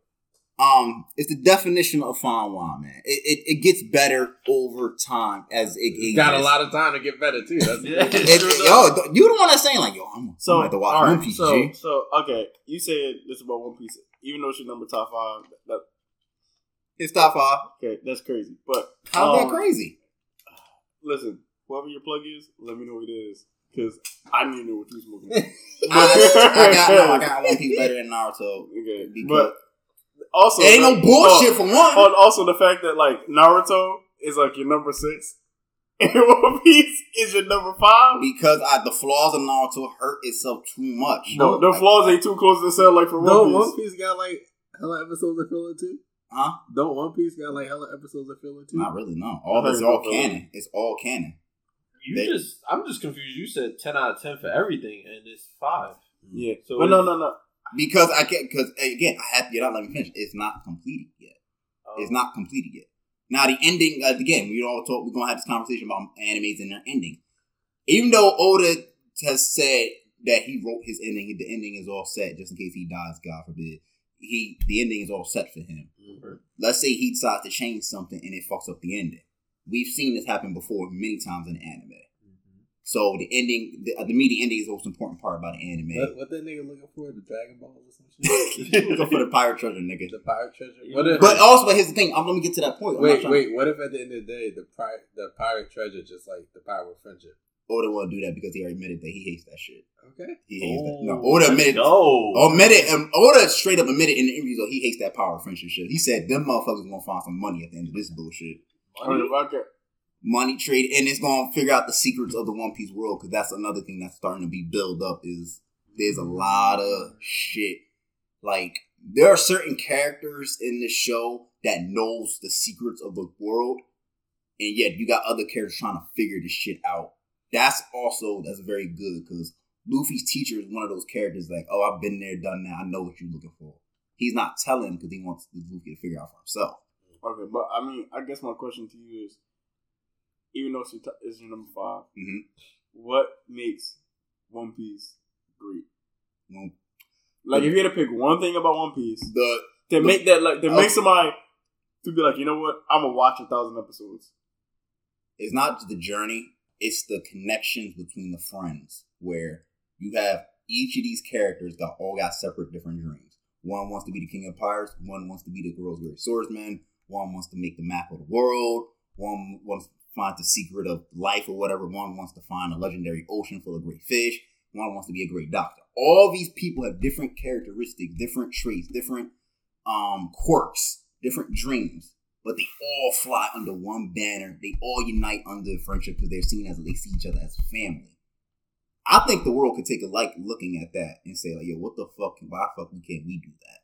[SPEAKER 2] Um, it's the definition of fine wine, man. It it, it gets better over time as it, it
[SPEAKER 1] Got a
[SPEAKER 2] gets-
[SPEAKER 1] lot of time to get better too. That's
[SPEAKER 3] Yeah.
[SPEAKER 2] It, yo, th- you the one that's saying like, yo, I'm,
[SPEAKER 4] So,
[SPEAKER 2] I'm about to watch
[SPEAKER 4] all right,
[SPEAKER 2] One Piece.
[SPEAKER 4] so,
[SPEAKER 2] G.
[SPEAKER 4] so, okay, you said this about One Piece, even though it's your number top five. That,
[SPEAKER 2] It's top five.
[SPEAKER 4] okay, that's crazy. But
[SPEAKER 2] How's
[SPEAKER 4] um,
[SPEAKER 2] that crazy?
[SPEAKER 4] Listen, whoever your plug is, let me know what it is, because I need to know what you smoking.
[SPEAKER 2] I, I got no, I got One Piece better than Naruto.
[SPEAKER 4] okay,
[SPEAKER 2] Because-
[SPEAKER 4] but also,
[SPEAKER 2] It ain't no bullshit for
[SPEAKER 4] Oh,
[SPEAKER 2] one.
[SPEAKER 4] and also the fact that like Naruto is like your number six, and One Piece is your number five.
[SPEAKER 2] Because I, the flaws of Naruto hurt itself too much.
[SPEAKER 4] No, the
[SPEAKER 2] Like,
[SPEAKER 4] flaws ain't too close to sound like for
[SPEAKER 1] Don't
[SPEAKER 4] One
[SPEAKER 1] One
[SPEAKER 4] Piece.
[SPEAKER 1] Piece got like hella episodes of filler too?
[SPEAKER 2] Huh?
[SPEAKER 1] Don't One Piece got like hella episodes of filler too?
[SPEAKER 2] Not really, no. All
[SPEAKER 4] I
[SPEAKER 2] this is
[SPEAKER 4] heard
[SPEAKER 2] all
[SPEAKER 4] about
[SPEAKER 2] canon. It's all canon.
[SPEAKER 5] You
[SPEAKER 2] They-
[SPEAKER 5] just, I'm just confused. You said ten out of ten for everything, and it's five.
[SPEAKER 4] Yeah,
[SPEAKER 5] So
[SPEAKER 4] but no,
[SPEAKER 5] it's-
[SPEAKER 4] no, no.
[SPEAKER 2] Because I get because again, I have to get out. Let me finish. It's not completed yet.
[SPEAKER 5] Oh. um,
[SPEAKER 2] It's not completed yet. Now the ending uh, again. We all talk. We're gonna have this conversation about animes and their ending. Even though Oda has said that he wrote his ending, the ending is all set. Just in case he dies, God forbid, he the ending is all set for him.
[SPEAKER 5] Mhm.
[SPEAKER 2] Let's say he decides to change something and it fucks up the ending. We've seen this happen before many times in anime. So the ending, the, uh, the media ending is the most important part about the anime.
[SPEAKER 1] What, what that nigga looking for? The Dragon Ball or some shit?
[SPEAKER 2] Go for the pirate treasure, nigga.
[SPEAKER 1] the pirate treasure? What if,
[SPEAKER 2] But also, but here's the thing. I'm gonna get to that point. I'm not
[SPEAKER 1] wait,
[SPEAKER 2] trying-
[SPEAKER 1] wait. What if at the end of the day the pirate the pirate treasure just like the power of friendship?
[SPEAKER 2] Oda want to do that because he already admitted that he hates that shit.
[SPEAKER 1] Okay.
[SPEAKER 2] He hates that. No,
[SPEAKER 5] Oh,
[SPEAKER 2] Oda admitted.
[SPEAKER 5] No.
[SPEAKER 2] Admitted. Um, Oda straight up admitted in the interview though he hates that power of friendship shit. He said them motherfuckers gonna find some money at the end of this bullshit.
[SPEAKER 4] I mean, if I could-
[SPEAKER 2] Money trade, and it's gonna figure out the secrets of the One Piece world because that's another thing that's starting to be built up. Is there's a lot of shit. Like there are certain characters in the show that knows the secrets of the world, and yet you got other characters trying to figure this shit out. That's also that's very good because Luffy's teacher is one of those characters like, oh, I've been there, done that. I know what you're looking for. He's not telling because he wants Luffy to figure out for himself.
[SPEAKER 4] okay, but I mean, I guess my question to you is, even though it's your, t- it's your number 5
[SPEAKER 2] Mhm.
[SPEAKER 4] what makes One Piece great?
[SPEAKER 2] You know,
[SPEAKER 4] Like, if you had to pick one thing about One Piece
[SPEAKER 2] the
[SPEAKER 4] to make that like to
[SPEAKER 2] Okay.
[SPEAKER 4] make somebody to be like, you know what, I'm gonna watch a thousand episodes.
[SPEAKER 2] it's not the journey, it's the connections between the friends where you have each of these characters got all got separate different dreams. One wants to be the king of pirates, one wants to be the girl's great swordsman, one wants to make the map of the world, one wants to find the secret of life or whatever, one wants to find a legendary ocean full of great fish, one wants to be a great doctor. All these people have different characteristics, different traits, different um, quirks, different dreams but they all fly under one banner. They all unite under friendship because they're seen as they see each other as family. I think the world could take a like looking at that and say like, "Yo, what the fuck? Why fucking can't we do that?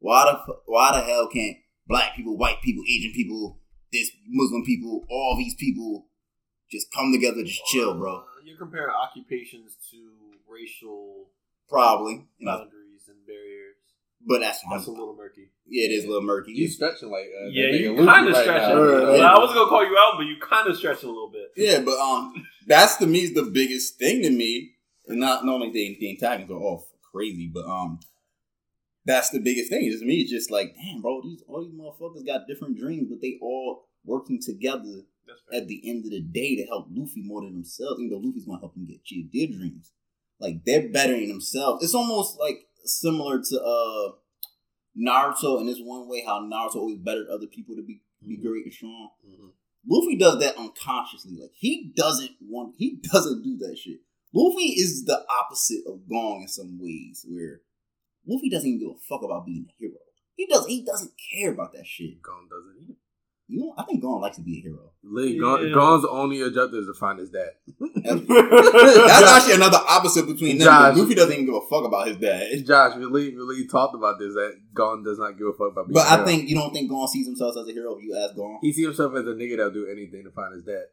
[SPEAKER 2] Why the fu- why the hell can't black people, white people, Asian people, this Muslim people, all these people just come together, just chill, bro?
[SPEAKER 5] Uh, You're comparing occupations to racial
[SPEAKER 2] Probably, you know,
[SPEAKER 5] boundaries and barriers.
[SPEAKER 2] but that's,
[SPEAKER 5] That's a little murky.
[SPEAKER 2] yeah, it is a little murky.
[SPEAKER 1] You stretching like uh, that
[SPEAKER 5] Yeah,
[SPEAKER 1] nigga
[SPEAKER 5] you
[SPEAKER 1] Luffy
[SPEAKER 5] kind of
[SPEAKER 1] right
[SPEAKER 5] stretching.
[SPEAKER 1] now.
[SPEAKER 4] Yeah,
[SPEAKER 5] Well,
[SPEAKER 4] yeah.
[SPEAKER 5] I was gonna call you out, but you kind of stretch a little bit.
[SPEAKER 2] Yeah, but um, that's to me is the biggest thing to me. And not not only the, the antagonists are all crazy, but um, that's the biggest thing. Is me it's just like, damn, bro, these all these motherfuckers got different dreams, but they all working together
[SPEAKER 5] That's fair.
[SPEAKER 2] at the end of the day to help Luffy more than themselves. Even though Luffy's gonna help them get achieve their dreams, like they're bettering themselves. It's almost like similar to uh Naruto in this one way how Naruto always bettered other people to be be great and strong.
[SPEAKER 1] Mhm.
[SPEAKER 2] Luffy does that unconsciously. Like he doesn't want he doesn't do that shit. Luffy is the opposite of Gong in some ways, where Luffy doesn't even give a fuck about being a hero. He does he doesn't care about that shit.
[SPEAKER 1] Gone doesn't eat.
[SPEAKER 2] You, I think Gon likes to be a hero.
[SPEAKER 1] Lee, Gon-
[SPEAKER 3] Yeah.
[SPEAKER 1] Gon's only objective is to find his dad.
[SPEAKER 2] That's actually another opposite between them.
[SPEAKER 1] Josh.
[SPEAKER 2] Goofy doesn't even give a fuck about his dad.
[SPEAKER 1] Josh, really, really talked about this that Gon does not give a fuck about being
[SPEAKER 2] But
[SPEAKER 1] a
[SPEAKER 2] I
[SPEAKER 1] hero.
[SPEAKER 2] think you don't think Gon sees himself as a hero if you ask Gon.
[SPEAKER 1] he sees himself as a nigga that'll do anything to find his dad.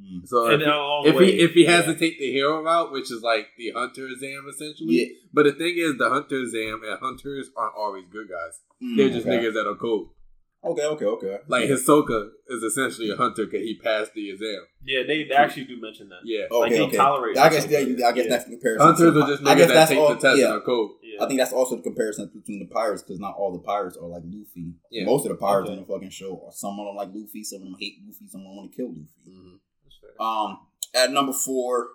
[SPEAKER 2] Mm.
[SPEAKER 1] So
[SPEAKER 3] And
[SPEAKER 1] if,
[SPEAKER 5] uh,
[SPEAKER 3] in a
[SPEAKER 5] oh,
[SPEAKER 3] long
[SPEAKER 1] if
[SPEAKER 3] way,
[SPEAKER 1] he if he has
[SPEAKER 3] yeah.
[SPEAKER 1] to take the hero route, which is like the hunter exam essentially.
[SPEAKER 2] Yeah.
[SPEAKER 1] But the thing is, the hunter exam and hunters aren't always good guys.
[SPEAKER 2] Mm,
[SPEAKER 1] They're just
[SPEAKER 2] okay.
[SPEAKER 1] niggas that are cool.
[SPEAKER 2] Okay, okay, okay.
[SPEAKER 1] Like Hisoka is essentially a hunter because he passed the exam.
[SPEAKER 3] yeah, they actually do mention that.
[SPEAKER 1] Yeah,
[SPEAKER 3] Like
[SPEAKER 2] okay,
[SPEAKER 3] they
[SPEAKER 2] okay.
[SPEAKER 3] tolerate.
[SPEAKER 2] I guess
[SPEAKER 3] it.
[SPEAKER 2] that, I guess
[SPEAKER 3] Yeah.
[SPEAKER 2] that's the comparison.
[SPEAKER 1] hunters
[SPEAKER 2] to-
[SPEAKER 1] are just
[SPEAKER 2] I
[SPEAKER 1] niggas
[SPEAKER 2] guess
[SPEAKER 1] that
[SPEAKER 2] that's
[SPEAKER 1] take
[SPEAKER 2] all.
[SPEAKER 1] the test
[SPEAKER 2] yeah.
[SPEAKER 1] and are cool.
[SPEAKER 3] Yeah.
[SPEAKER 2] I think that's also the comparison between the pirates because not all the pirates are like Luffy.
[SPEAKER 1] Yeah.
[SPEAKER 2] Most of the pirates
[SPEAKER 3] Okay.
[SPEAKER 2] in the fucking show are some of them like Luffy, some of them hate Luffy, some of them want to kill Luffy.
[SPEAKER 1] Mhm.
[SPEAKER 3] That's fair.
[SPEAKER 2] Um, at number four,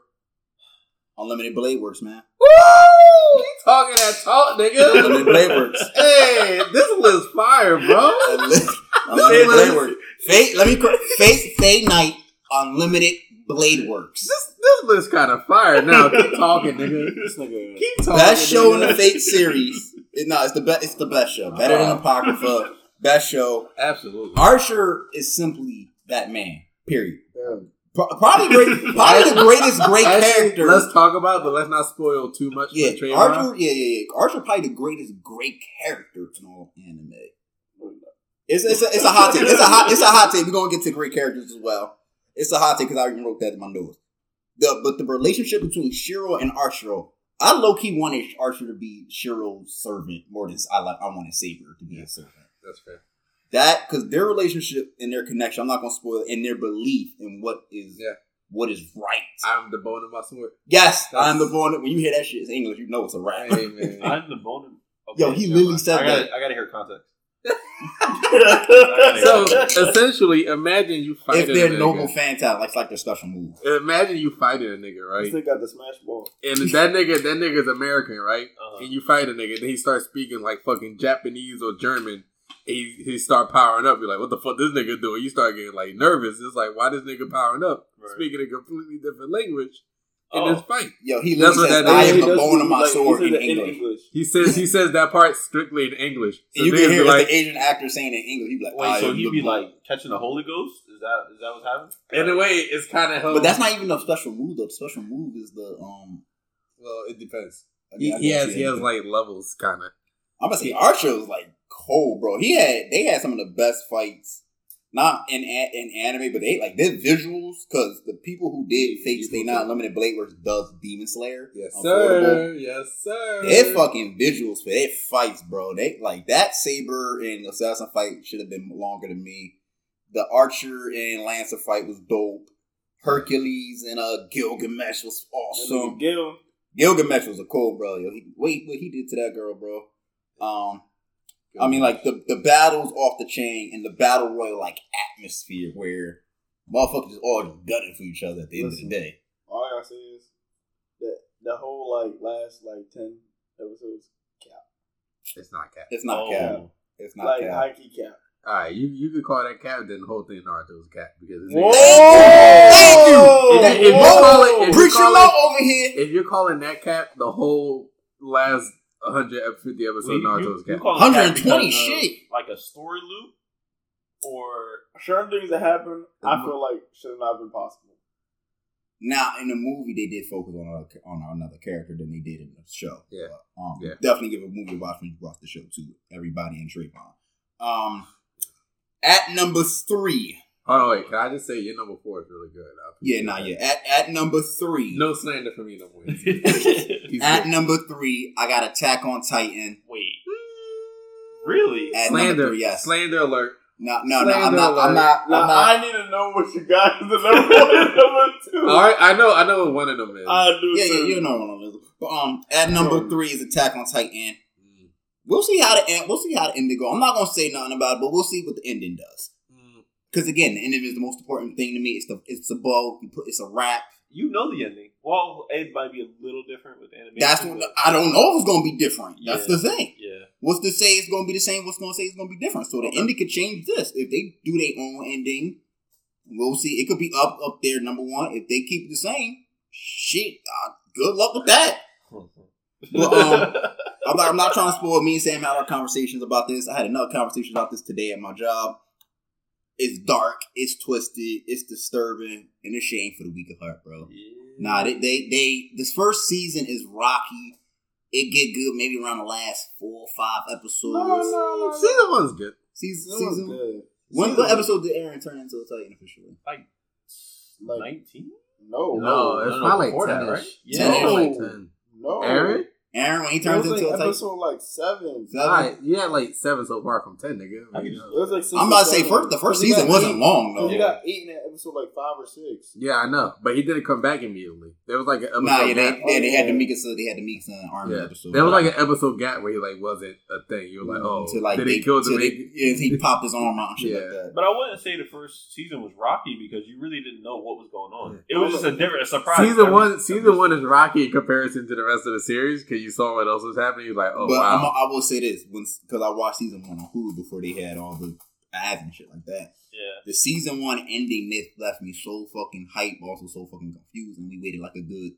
[SPEAKER 2] Unlimited Blade Works, man.
[SPEAKER 1] Woo! You talking that talk, nigga?
[SPEAKER 2] Unlimited Blade Works.
[SPEAKER 1] hey, this list fire, bro.
[SPEAKER 2] Unlimited
[SPEAKER 1] Say
[SPEAKER 2] Blade
[SPEAKER 1] less.
[SPEAKER 2] Works. Fate, let me cor- Fate Fate Night Unlimited Blade Works.
[SPEAKER 1] This this list kind of fire. Now keep talking, nigga.
[SPEAKER 4] This nigga.
[SPEAKER 1] Keep talking.
[SPEAKER 2] Best show in
[SPEAKER 1] nigga.
[SPEAKER 2] the Fate series. It- no, it's the best. It's the best show. Better than Apocrypha. Best show.
[SPEAKER 1] Absolutely.
[SPEAKER 2] Archer is simply that man. Period.
[SPEAKER 4] Damn.
[SPEAKER 2] Pro- Probably great. Probably the greatest great character.
[SPEAKER 1] Let's talk about, it, but let's not spoil too much.
[SPEAKER 2] yeah,
[SPEAKER 1] for Trayvon.
[SPEAKER 2] Archer. Yeah, yeah, yeah. Archer probably the greatest great character in all of anime. It's it's a, it's a hot take. It's a hot it's a hot take. We're gonna get to great characters as well. It's a hot take because I even wrote that in my notes. The but the relationship between Shiro and Archero, I low key wanted Archer to be Shiro's servant more than I like. I wanted Saber to be a servant.
[SPEAKER 1] That's fair.
[SPEAKER 2] That because their relationship and their connection, I'm not gonna spoil, it, and their belief in what is
[SPEAKER 1] Yeah.
[SPEAKER 2] what is right.
[SPEAKER 1] I'm the bone of my sword.
[SPEAKER 2] yes,
[SPEAKER 1] That's-
[SPEAKER 2] I'm the one. When you hear that shit, it's English. You know it's a rap.
[SPEAKER 1] Hey, man.
[SPEAKER 3] I'm the bone. of-
[SPEAKER 2] Yo,
[SPEAKER 3] okay,
[SPEAKER 2] he
[SPEAKER 3] never
[SPEAKER 2] literally
[SPEAKER 3] mind.
[SPEAKER 2] said
[SPEAKER 3] I gotta,
[SPEAKER 2] that.
[SPEAKER 3] I gotta hear context.
[SPEAKER 1] so essentially, imagine you
[SPEAKER 2] if
[SPEAKER 1] fighting a
[SPEAKER 2] they're
[SPEAKER 1] nigga.
[SPEAKER 2] noble fan type, like it's like their special move.
[SPEAKER 1] Imagine you fighting a nigga,
[SPEAKER 4] He
[SPEAKER 1] right?
[SPEAKER 4] still got the smash ball.
[SPEAKER 1] And that nigga, that nigga's American, right?
[SPEAKER 3] Uh-huh.
[SPEAKER 1] And you fight a nigga, then he starts speaking like fucking Japanese or German. He he start powering up. You're like, what the fuck this nigga doing? You start getting like nervous. It's like, why this nigga powering up?
[SPEAKER 3] Right.
[SPEAKER 1] Speaking a completely different language in
[SPEAKER 3] Oh.
[SPEAKER 1] this fight.
[SPEAKER 2] Yo, he
[SPEAKER 1] That's
[SPEAKER 2] literally
[SPEAKER 1] what
[SPEAKER 2] says,
[SPEAKER 1] that
[SPEAKER 2] "I
[SPEAKER 1] is.
[SPEAKER 2] am
[SPEAKER 1] He
[SPEAKER 2] the
[SPEAKER 1] does
[SPEAKER 2] bone of my
[SPEAKER 3] like,
[SPEAKER 2] sword
[SPEAKER 3] he
[SPEAKER 2] in
[SPEAKER 3] said it in
[SPEAKER 2] English."
[SPEAKER 3] English.
[SPEAKER 1] He says he says that part strictly in English. So
[SPEAKER 2] And you
[SPEAKER 1] niggas
[SPEAKER 2] can
[SPEAKER 1] be
[SPEAKER 2] hear
[SPEAKER 1] like,
[SPEAKER 2] the Asian actor saying it in English. He'd be like, "I
[SPEAKER 3] Wait, so
[SPEAKER 2] am
[SPEAKER 3] he
[SPEAKER 2] the
[SPEAKER 3] be
[SPEAKER 2] bone."
[SPEAKER 3] like catching the Holy Ghost? Is that is that what's happening?
[SPEAKER 1] in a way, it's kind of
[SPEAKER 2] but that's not even a special move. though. The special move is the um.
[SPEAKER 1] well. It depends.
[SPEAKER 2] I
[SPEAKER 1] He,
[SPEAKER 2] mean, I
[SPEAKER 1] he
[SPEAKER 2] guess
[SPEAKER 1] has he has like levels, kind of.
[SPEAKER 2] I'm gonna say Archer was like cold, bro. He had they had some of the best fights, not in a- in anime, but they like their visuals because the people who did fake
[SPEAKER 1] You
[SPEAKER 2] stay
[SPEAKER 1] can-
[SPEAKER 2] not limited blade works does Demon Slayer.
[SPEAKER 1] Yes,
[SPEAKER 2] Affordable.
[SPEAKER 1] sir. Yes, sir.
[SPEAKER 2] Their fucking visuals for their fights, bro. They like that saber and assassin fight should have been longer than me. The archer and lancer fight was dope. Hercules and uh Gilgamesh was awesome.
[SPEAKER 4] So Gil,
[SPEAKER 2] Gilgamesh was a cool bro. Yo, he, wait, what he did to that girl, bro? Um, I mean, like the the battles off the chain and the battle royal like atmosphere where motherfuckers just all just gunning for each other at the end of the day.
[SPEAKER 4] all I gotta say is that the whole like last like ten episodes,
[SPEAKER 1] it's not cap.
[SPEAKER 2] It's not
[SPEAKER 3] Oh.
[SPEAKER 2] cap. It's not
[SPEAKER 4] like
[SPEAKER 2] cap.
[SPEAKER 4] high key cap.
[SPEAKER 1] All right, you you could call that cap. Then the whole thing Naruto's cap because it's
[SPEAKER 4] Whoa!
[SPEAKER 2] Thank
[SPEAKER 1] If
[SPEAKER 2] you.
[SPEAKER 1] you- if you
[SPEAKER 2] Whoa!
[SPEAKER 1] call Oh! it- if you
[SPEAKER 2] Preach your
[SPEAKER 1] call
[SPEAKER 2] law over here.
[SPEAKER 1] if you're calling that cap, the whole last 150 episodes
[SPEAKER 3] Well,
[SPEAKER 1] of
[SPEAKER 3] you-
[SPEAKER 1] Naruto's
[SPEAKER 3] you- you
[SPEAKER 1] cap.
[SPEAKER 3] call it
[SPEAKER 2] 120
[SPEAKER 3] that because of,
[SPEAKER 2] shit.
[SPEAKER 3] Like a story loop, or
[SPEAKER 4] Certain things that happen, I
[SPEAKER 1] Mhm.
[SPEAKER 4] feel like should have not been possible.
[SPEAKER 2] Now in the movie they did focus on a, on another character than they did in the show.
[SPEAKER 1] Yeah.
[SPEAKER 2] But, um,
[SPEAKER 1] Yeah.
[SPEAKER 2] Definitely give a movie a watch when you watch the show too. Everybody in Trayvon. Um, at number three.
[SPEAKER 1] Hold on, wait. Can I just say your number four is really good? I
[SPEAKER 2] Yeah,
[SPEAKER 1] appreciate
[SPEAKER 2] nah,
[SPEAKER 1] that.
[SPEAKER 2] yeah. At at number three.
[SPEAKER 1] No slander from you, no more. He's good.
[SPEAKER 2] At number three, I got Attack on Titan.
[SPEAKER 3] wait, really?
[SPEAKER 2] At number
[SPEAKER 1] slander,
[SPEAKER 2] three, yes.
[SPEAKER 1] slander alert.
[SPEAKER 2] no, no, no. I'm
[SPEAKER 1] slander
[SPEAKER 2] not. I'm
[SPEAKER 1] alert.
[SPEAKER 2] not. I'm
[SPEAKER 4] Now,
[SPEAKER 2] not.
[SPEAKER 4] I need to know what you got is the number one and number two.
[SPEAKER 1] All right, I know, I know what one of them is.
[SPEAKER 5] Uh,
[SPEAKER 4] I do
[SPEAKER 2] Yeah, yeah.
[SPEAKER 4] too.
[SPEAKER 2] You know what I'm doing. But um, at number
[SPEAKER 4] Sure.
[SPEAKER 2] three is Attack on Titan. We'll see how the end. We'll see how the ending go. I'm not gonna say nothing about it, but we'll see what the ending does.
[SPEAKER 1] Mm-hmm.
[SPEAKER 2] Because again, the ending is the most important thing to me. It's the it's the bow. You put it's a wrap.
[SPEAKER 3] You know the ending. Well, it might be a little different with animation.
[SPEAKER 2] That's what
[SPEAKER 3] but-
[SPEAKER 2] I don't know. if It's gonna be different. That's
[SPEAKER 3] Yeah.
[SPEAKER 2] the thing.
[SPEAKER 3] Yeah.
[SPEAKER 2] What's to say it's gonna be the same? What's gonna say it's gonna be different? So the ending could change this if they do their own ending. We'll see. It could be up up there number one if they keep it the same. Shit, uh, good luck with that. But, um, I'm not, I'm not trying to spoil. Me and Sam had our conversations about this. I had another conversation about this today at my job. It's dark. It's twisted. It's disturbing, and this shit ain't for the weak of heart, bro.
[SPEAKER 5] Yeah.
[SPEAKER 2] Nah, they, they they this first season is rocky. It get good maybe around the last four or five episodes.
[SPEAKER 1] no, Season one's good.
[SPEAKER 2] Season,
[SPEAKER 4] That was
[SPEAKER 2] season
[SPEAKER 4] good.
[SPEAKER 2] When
[SPEAKER 4] Season-
[SPEAKER 2] what episode did Aaron turn into a Titan officially?
[SPEAKER 5] Like
[SPEAKER 4] Like-
[SPEAKER 5] nineteen?
[SPEAKER 4] No,
[SPEAKER 1] No,
[SPEAKER 5] no,
[SPEAKER 1] it's
[SPEAKER 5] no,
[SPEAKER 1] probably
[SPEAKER 5] before
[SPEAKER 1] like
[SPEAKER 5] that,
[SPEAKER 1] 10
[SPEAKER 5] right?
[SPEAKER 1] ish.
[SPEAKER 5] Yeah.
[SPEAKER 1] It's probably like
[SPEAKER 4] No.
[SPEAKER 1] 10.
[SPEAKER 4] no.
[SPEAKER 1] Aaron?
[SPEAKER 2] Aaron when he
[SPEAKER 4] It
[SPEAKER 2] turns
[SPEAKER 4] was
[SPEAKER 2] into
[SPEAKER 4] like
[SPEAKER 2] a Titan.
[SPEAKER 4] episode like seven.
[SPEAKER 2] Seven?
[SPEAKER 1] Alright, you had like 7 so far from 10, nigga.
[SPEAKER 5] I
[SPEAKER 1] You
[SPEAKER 5] can-
[SPEAKER 1] know.
[SPEAKER 4] It was like six
[SPEAKER 2] I'm
[SPEAKER 4] or
[SPEAKER 2] about to say
[SPEAKER 4] seven.
[SPEAKER 2] first the first
[SPEAKER 4] Cause you
[SPEAKER 2] season
[SPEAKER 4] got
[SPEAKER 2] wasn't
[SPEAKER 4] eight-
[SPEAKER 2] long
[SPEAKER 4] Cause you
[SPEAKER 2] though.
[SPEAKER 4] got eight in that episode like five or six.
[SPEAKER 1] Yeah, I know. But he didn't come back immediately. There was like an episode
[SPEAKER 2] Nah, yeah,
[SPEAKER 1] gap.
[SPEAKER 2] they, yeah, they had the Mikasa, they had the Mikasa and Armin
[SPEAKER 1] Yeah.
[SPEAKER 2] episode.
[SPEAKER 1] There was like an episode gap where he like wasn't a thing. You were like, oh,
[SPEAKER 2] Till, Mm-hmm. like
[SPEAKER 1] did he
[SPEAKER 2] they,
[SPEAKER 1] kill the
[SPEAKER 2] till they-
[SPEAKER 1] big-
[SPEAKER 2] yeah, he popped his arm out and shit
[SPEAKER 1] Yeah.
[SPEAKER 2] like that.
[SPEAKER 5] But I wouldn't say the first season was rocky because you really didn't know what was going on. It was
[SPEAKER 4] Yeah.
[SPEAKER 5] just a different a surprise.
[SPEAKER 1] Season
[SPEAKER 5] every-
[SPEAKER 1] one, season
[SPEAKER 5] every-
[SPEAKER 1] one is rocky in comparison to the rest of the series because you saw what else was happening. You're like, oh
[SPEAKER 2] but I'm,
[SPEAKER 1] wow,
[SPEAKER 2] I will say this, because I watched season one on Hulu before they had all the ads and shit like that.
[SPEAKER 5] Yeah.
[SPEAKER 2] The season one ending myth left me so fucking hype, also so fucking confused, and we waited like a good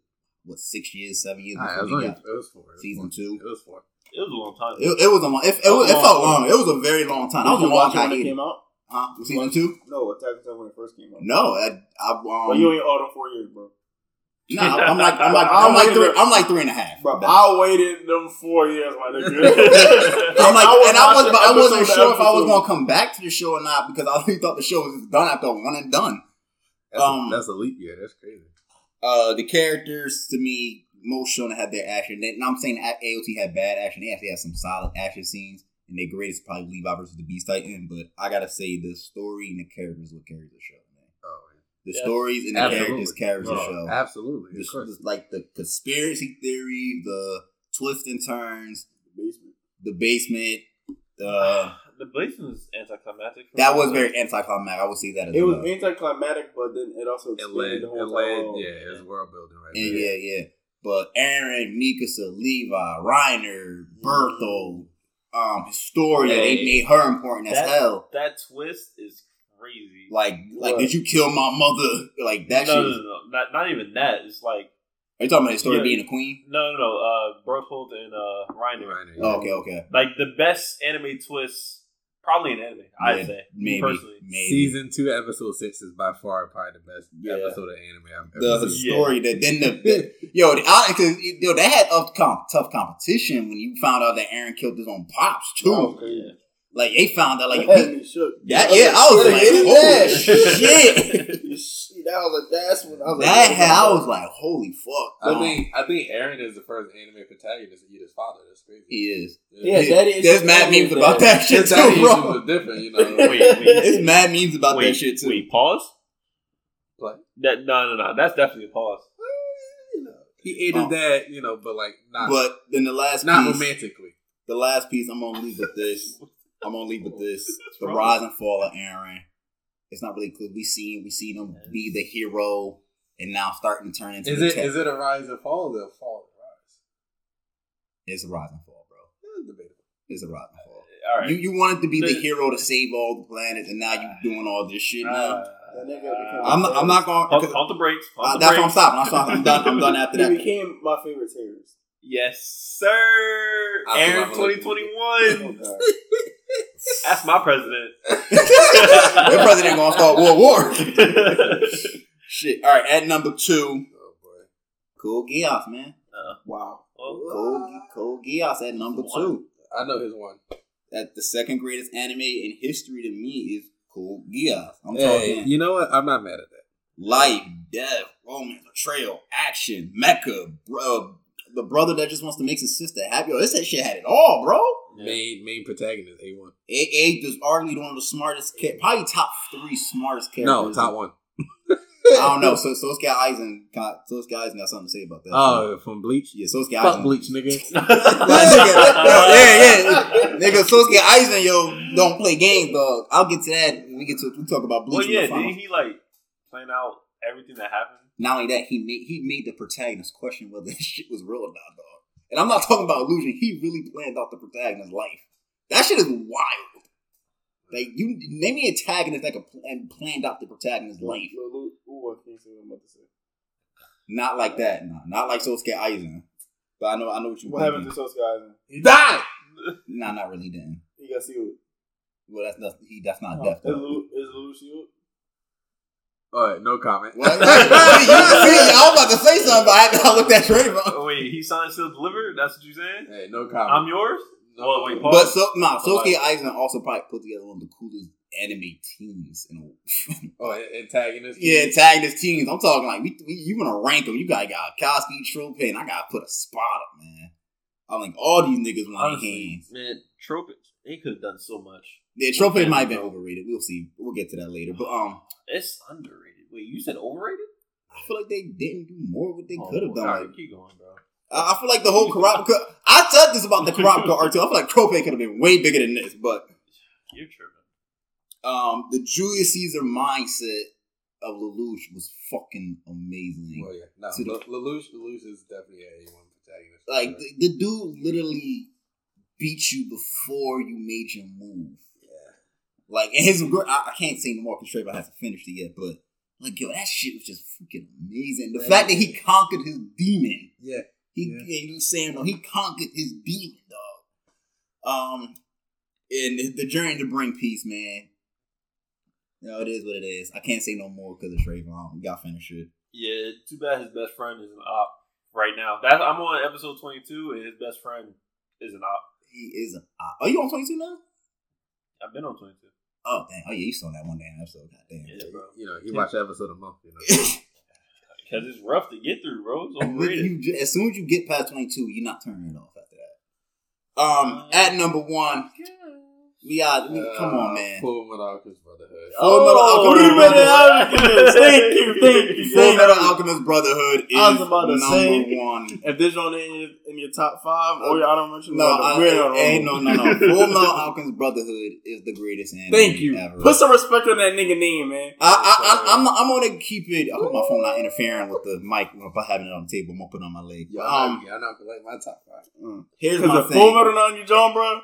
[SPEAKER 2] what six years, seven years
[SPEAKER 1] Alright, it
[SPEAKER 2] before
[SPEAKER 1] was
[SPEAKER 2] we
[SPEAKER 1] only-
[SPEAKER 2] got
[SPEAKER 1] it was four. It was
[SPEAKER 2] season
[SPEAKER 1] four.
[SPEAKER 2] two.
[SPEAKER 1] It was four.
[SPEAKER 5] It was a long time.
[SPEAKER 2] It, it was a long. It, it, was- it felt long. It was a very long time. That was
[SPEAKER 4] Did
[SPEAKER 2] a
[SPEAKER 4] you
[SPEAKER 2] long
[SPEAKER 4] watch it
[SPEAKER 2] time.
[SPEAKER 4] when it came out?
[SPEAKER 2] Huh? Season two?
[SPEAKER 4] No, Attack on Titan when it first came out.
[SPEAKER 2] No, I, I um,
[SPEAKER 4] But you ain't all them four years, bro.
[SPEAKER 2] nah, I'm like, I'm like,
[SPEAKER 4] I
[SPEAKER 2] I'm like
[SPEAKER 4] waited-
[SPEAKER 2] three, I'm like three and a half.
[SPEAKER 4] Bro,
[SPEAKER 2] About-
[SPEAKER 4] I waited them four years, my nigga.
[SPEAKER 5] yeah.
[SPEAKER 2] I'm like,
[SPEAKER 4] I was
[SPEAKER 2] and I was,
[SPEAKER 4] watching
[SPEAKER 2] but I wasn't
[SPEAKER 4] episode to
[SPEAKER 2] sure if I was
[SPEAKER 4] episode.
[SPEAKER 2] gonna come back to the show or not because I really thought the show was done after one and done.
[SPEAKER 1] That's,
[SPEAKER 2] Um,
[SPEAKER 1] a, that's a leap year. That's crazy.
[SPEAKER 2] Uh, the characters to me, most shown have their action. They, and I'm saying that AOT had bad action. They actually had some solid action scenes, and their greatest probably Levi versus the Beast Titan. But I gotta say, the story and the characters will carry the show, man.
[SPEAKER 1] Oh,
[SPEAKER 2] The
[SPEAKER 5] Yes.
[SPEAKER 2] stories and the characters carries the
[SPEAKER 1] Bro,
[SPEAKER 2] show.
[SPEAKER 1] Absolutely,
[SPEAKER 2] The-
[SPEAKER 1] of course.
[SPEAKER 2] like the conspiracy theory, the twists and turns,
[SPEAKER 4] Basement.
[SPEAKER 2] the basement. Uh,
[SPEAKER 5] the Blazing was anticlimactic. for
[SPEAKER 2] that
[SPEAKER 5] me.
[SPEAKER 2] was very anticlimactic. I would say that as
[SPEAKER 4] It
[SPEAKER 2] well.
[SPEAKER 4] was anticlimactic, but then it also
[SPEAKER 1] uh, It
[SPEAKER 4] expanded
[SPEAKER 1] led,
[SPEAKER 4] the
[SPEAKER 1] it
[SPEAKER 4] whole
[SPEAKER 1] led,
[SPEAKER 4] time.
[SPEAKER 1] yeah, it's world building right
[SPEAKER 2] Yeah,
[SPEAKER 1] there.
[SPEAKER 2] yeah, yeah. But Aaron, Mikasa, Levi, Reiner,
[SPEAKER 5] Mm-hmm.
[SPEAKER 2] Berthold, um, Historia, they
[SPEAKER 5] Hey.
[SPEAKER 2] made her important as
[SPEAKER 5] Oh, That-
[SPEAKER 2] hell.
[SPEAKER 5] That twist is crazy.
[SPEAKER 2] Like, like,
[SPEAKER 4] What?
[SPEAKER 2] did you kill my mother? Like that
[SPEAKER 5] no,
[SPEAKER 2] shit.
[SPEAKER 5] no, no, no, not not even that. It's like
[SPEAKER 2] Are you talking about Historia
[SPEAKER 5] Yeah.
[SPEAKER 2] being a queen?
[SPEAKER 5] no, no, no. Uh, Berthold and uh, Reiner.
[SPEAKER 1] Right there.
[SPEAKER 2] Oh, okay, okay.
[SPEAKER 5] Like the best anime twist, probably in anime.
[SPEAKER 2] Yeah,
[SPEAKER 5] I'd say
[SPEAKER 2] maybe,
[SPEAKER 5] personally.
[SPEAKER 2] maybe.
[SPEAKER 1] Season two, episode six is by far probably the best
[SPEAKER 2] Yeah.
[SPEAKER 1] episode of anime I've
[SPEAKER 2] the
[SPEAKER 1] ever seen.
[SPEAKER 2] Historia that then the, the yo, the, I, cause, yo, they had up comp, tough competition when you found out that Aaron killed his own pops too.
[SPEAKER 4] That
[SPEAKER 5] Oh.
[SPEAKER 4] was crazy.
[SPEAKER 2] Like they found out, like
[SPEAKER 4] That had
[SPEAKER 2] that,
[SPEAKER 4] me shook.
[SPEAKER 2] yeah, I was
[SPEAKER 4] What
[SPEAKER 2] like,
[SPEAKER 4] is
[SPEAKER 2] holy
[SPEAKER 4] that?
[SPEAKER 2] shit.
[SPEAKER 4] Shit, that was like that's when I was
[SPEAKER 2] That
[SPEAKER 4] like,
[SPEAKER 2] had, I was like, holy fuck.
[SPEAKER 1] I think I think Aaron is the first anime protagonist to eat his father. That's crazy.
[SPEAKER 2] he is.
[SPEAKER 4] Yeah, that is-
[SPEAKER 2] There's mad memes about that shit
[SPEAKER 1] His
[SPEAKER 2] too,
[SPEAKER 1] daddy
[SPEAKER 2] bro.
[SPEAKER 1] issues are different, you know.
[SPEAKER 5] Wait, wait,
[SPEAKER 2] There's mad memes about
[SPEAKER 5] wait,
[SPEAKER 2] that shit too.
[SPEAKER 5] wait. Pause.
[SPEAKER 1] What?
[SPEAKER 5] That no, no, no. That's definitely a pause.
[SPEAKER 1] He ate his
[SPEAKER 2] Oh.
[SPEAKER 1] dad, you know, Um, but like not
[SPEAKER 2] But then the last
[SPEAKER 1] not
[SPEAKER 2] piece,
[SPEAKER 1] romantically.
[SPEAKER 2] the last piece, I'm gonna leave with this. I'm gonna leave with this.
[SPEAKER 5] What's
[SPEAKER 2] The
[SPEAKER 5] wrong?
[SPEAKER 2] rise and fall of Aaron. It's not really clear. We seen we seen him be the hero and now starting to turn into
[SPEAKER 1] Is
[SPEAKER 2] the
[SPEAKER 1] it
[SPEAKER 2] tech-
[SPEAKER 1] is it a rise and fall or a fall and
[SPEAKER 2] It's a rise and fall, bro.
[SPEAKER 1] rise? That's debatable.
[SPEAKER 2] It's a rise and fall.
[SPEAKER 5] All right.
[SPEAKER 2] You you wanted to be the
[SPEAKER 5] This-
[SPEAKER 2] hero to save all the planets, and now you're doing all this shit now.
[SPEAKER 5] Uh,
[SPEAKER 4] That nigga became-
[SPEAKER 2] I'm not, I'm not gonna.
[SPEAKER 5] pump,
[SPEAKER 2] 'cause-
[SPEAKER 5] pump the brakes. Pump
[SPEAKER 2] uh,
[SPEAKER 5] the
[SPEAKER 2] that's
[SPEAKER 5] brakes.
[SPEAKER 2] what I'm stopping. I'm stopping. I'm done. I'm done after
[SPEAKER 4] He
[SPEAKER 2] that.
[SPEAKER 4] became my favorite terrorist.
[SPEAKER 5] Yes, sir.
[SPEAKER 1] I feel
[SPEAKER 5] Aaron
[SPEAKER 1] like I'm
[SPEAKER 5] 2021.
[SPEAKER 4] Oh, God.
[SPEAKER 5] That's my president.
[SPEAKER 2] Their president gonna start world war.
[SPEAKER 5] Uh,
[SPEAKER 2] Shit. All right, at number two,
[SPEAKER 1] Oh boy.
[SPEAKER 2] Cole Geass, man.
[SPEAKER 4] Wow.
[SPEAKER 2] Cole, Ge- Cole Geass at number two.
[SPEAKER 1] I know his one.
[SPEAKER 2] That the second greatest anime in history to me is Cole Geass. I'm
[SPEAKER 1] Hey,
[SPEAKER 2] talking
[SPEAKER 1] you know what? I'm not mad at that.
[SPEAKER 2] life, death, romance, betrayal, action, mecha, bro. The brother that just wants to make his sister happy. Yo, this that shit had it all, bro.
[SPEAKER 5] Yeah.
[SPEAKER 1] Main main protagonist, A one.
[SPEAKER 2] AA is arguably one of the smartest, cha- probably top three smartest characters.
[SPEAKER 1] No, top one.
[SPEAKER 2] I don't know. So, so Sky Eisen got so Sky Eisen got something to say about that.
[SPEAKER 1] Oh, from Bleach.
[SPEAKER 2] yeah, so Sky
[SPEAKER 1] Fuck
[SPEAKER 2] Eisen.
[SPEAKER 1] Bleach, nigga.
[SPEAKER 2] yeah, yeah, nigga. Sosuke Eisen, yo, don't play games, dog. I'll get to that when we get to we talk about
[SPEAKER 5] Well,
[SPEAKER 2] Bleach. in
[SPEAKER 5] yeah,
[SPEAKER 2] the final.
[SPEAKER 5] didn't he like plan out everything that happened?
[SPEAKER 2] Not only that, he made he made the protagonist question whether this shit was real or not, dog. And I'm not talking about illusion. He really planned out the protagonist's life. That shit is wild. Like you name me antagonist that could pl- and planned out the protagonist's life.
[SPEAKER 4] Lil- Lil- Ooh, I can't say what I'm about to say.
[SPEAKER 2] Not like that, no. Not like Sosuke Eisen. But I know,
[SPEAKER 1] Mm-hmm.
[SPEAKER 2] I know what you.
[SPEAKER 4] What happened to those guys?
[SPEAKER 1] He died.
[SPEAKER 2] Nah, not really. Then
[SPEAKER 4] He got sealed.
[SPEAKER 2] Well, that's not he. That's not
[SPEAKER 3] Oh,
[SPEAKER 2] death.
[SPEAKER 3] Is,
[SPEAKER 2] Though.
[SPEAKER 3] Lu- is Lucio?
[SPEAKER 1] All right, no comment.
[SPEAKER 2] What? you see, I was about to say something, but I, I looked at Trayvon.
[SPEAKER 5] Oh, wait, he signed, still delivered. That's what you're saying?
[SPEAKER 1] hey, no comment.
[SPEAKER 5] I'm yours. Oh wait, pause.
[SPEAKER 2] But so no, Sosuke Eisen also probably put together one of the coolest anime teams. In a,
[SPEAKER 1] oh, an- antagonist.
[SPEAKER 2] yeah, tagged his teams. I'm talking like we, we, you want to rank them. You got got Koski, Trope, and I got to put a spot up, man. I think all these niggas want
[SPEAKER 5] Honestly,
[SPEAKER 2] hands.
[SPEAKER 5] man, Tropic, he could have done so much.
[SPEAKER 2] Yeah, Trope might have been overrated. We'll see. We'll get to that later. But um,
[SPEAKER 5] It's underrated. Wait, you said overrated?
[SPEAKER 2] I feel like they didn't do more what they
[SPEAKER 5] Oh,
[SPEAKER 2] could have done.
[SPEAKER 5] alright,
[SPEAKER 2] Like,
[SPEAKER 5] keep going, bro.
[SPEAKER 2] I I feel like the whole Karabka. I said this about the Karabka art too. I feel like Trope could have been way bigger than this, but
[SPEAKER 5] You're tripping.
[SPEAKER 2] um, the Julius Caesar mindset of Lelouch was fucking amazing.
[SPEAKER 1] Well, yeah. No,
[SPEAKER 2] To the-
[SPEAKER 1] Le- Lelouch, Lelouch is definitely a one protagonist.
[SPEAKER 2] Like the, the dude literally beat you before you made your move.
[SPEAKER 1] yeah.
[SPEAKER 2] Like and his, gr- I, I can't say no more because Trayvon hasn't finished it yet. But like, yo, that shit was just freaking amazing. The
[SPEAKER 1] Yeah.
[SPEAKER 2] fact that he conquered his demon,
[SPEAKER 1] Yeah.
[SPEAKER 2] he
[SPEAKER 1] Yeah.
[SPEAKER 2] and you saying no, he conquered his demon, dog. Um, and the, the journey to bring peace, man. No, it is what it is. I can't say no more because of Trayvon. We gotta finish it.
[SPEAKER 5] Yeah, too bad his best friend is an op right now. That I'm on episode 22, and his best friend is an op.
[SPEAKER 2] He is an op. Are you on 22 now?
[SPEAKER 5] I've been on 22.
[SPEAKER 2] Oh, dang. Oh, yeah, you saw that one damn episode. God damn.
[SPEAKER 5] Yeah, bro.
[SPEAKER 1] You know, you watch an episode a month. You know.
[SPEAKER 5] Because it's rough to get through, bro. It's
[SPEAKER 2] And then
[SPEAKER 5] overrated.
[SPEAKER 2] you ju- as soon as you get past 22, you're not turning it off after that. Um, At number one, we are. we- come on,
[SPEAKER 1] Uh,
[SPEAKER 2] man.
[SPEAKER 1] Full Metal Alchemist Brotherhood.
[SPEAKER 2] Full Metal
[SPEAKER 4] Oh,
[SPEAKER 2] Alchemist
[SPEAKER 4] Full Metal
[SPEAKER 2] Brotherhood.
[SPEAKER 4] Thank you, thank you,
[SPEAKER 2] Full
[SPEAKER 4] thank
[SPEAKER 2] Metal
[SPEAKER 4] you.
[SPEAKER 2] Alchemist Brotherhood is
[SPEAKER 4] I was about to
[SPEAKER 2] number
[SPEAKER 4] say.
[SPEAKER 2] one.
[SPEAKER 4] If this on in your, in your top five oh, or your honorable mention,
[SPEAKER 2] No, I,
[SPEAKER 4] we're on
[SPEAKER 2] ain't no,
[SPEAKER 4] Rumble.
[SPEAKER 2] no, no. Full Metal Alchemist Brotherhood is the greatest anime
[SPEAKER 4] Thank you.
[SPEAKER 2] ever.
[SPEAKER 4] Put some respect on that nigga name, man.
[SPEAKER 2] I, I, I, I'm, I'm gonna keep it. I hope my phone not interfering with the mic if I have it on the table. I'm gonna put it on my leg.
[SPEAKER 1] Y'all
[SPEAKER 2] um,
[SPEAKER 1] not, y'all not gonna like my top five.
[SPEAKER 4] Mm.
[SPEAKER 2] here's
[SPEAKER 4] Because
[SPEAKER 2] my
[SPEAKER 4] the
[SPEAKER 2] thing.
[SPEAKER 4] full metal on you, John, bro.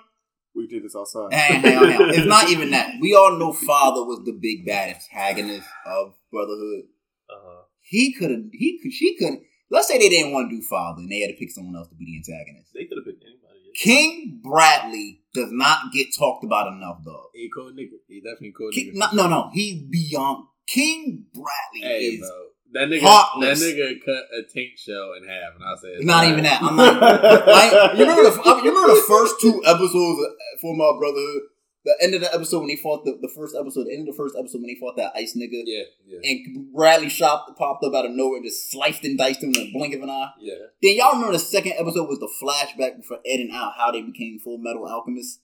[SPEAKER 4] We did this outside.
[SPEAKER 2] Hang, hang on, hang on. It's not even that. We all know Father was the big bad antagonist of Brotherhood.
[SPEAKER 5] Uh,
[SPEAKER 2] He could have. He could. She could. Let's say they didn't want to do Father, and they had to pick someone else to be the antagonist.
[SPEAKER 5] they could have picked anybody.
[SPEAKER 2] King Bradley does not get talked about enough, dog.
[SPEAKER 1] He cool nigga. He definitely cool
[SPEAKER 2] King,
[SPEAKER 1] nigga.
[SPEAKER 2] no, no, no. He's beyond. King Bradley
[SPEAKER 1] Hey,
[SPEAKER 2] is
[SPEAKER 1] bro. That nigga,
[SPEAKER 2] heartless.
[SPEAKER 1] that nigga cut a tank shell in half, and I said,
[SPEAKER 2] not even that. I'm not. Like, you remember the I- you remember the first two episodes of Full Metal Brotherhood? The end of the episode when he fought the, the first episode, the end of the first episode when he fought that ice nigga,
[SPEAKER 1] Yeah, yeah,
[SPEAKER 2] and Bradley shop popped up out of nowhere and just sliced and diced him in a blink of an eye.
[SPEAKER 1] yeah.
[SPEAKER 2] Then y'all remember the second episode was the flashback for Ed and Al, how they became Full Metal Alchemists.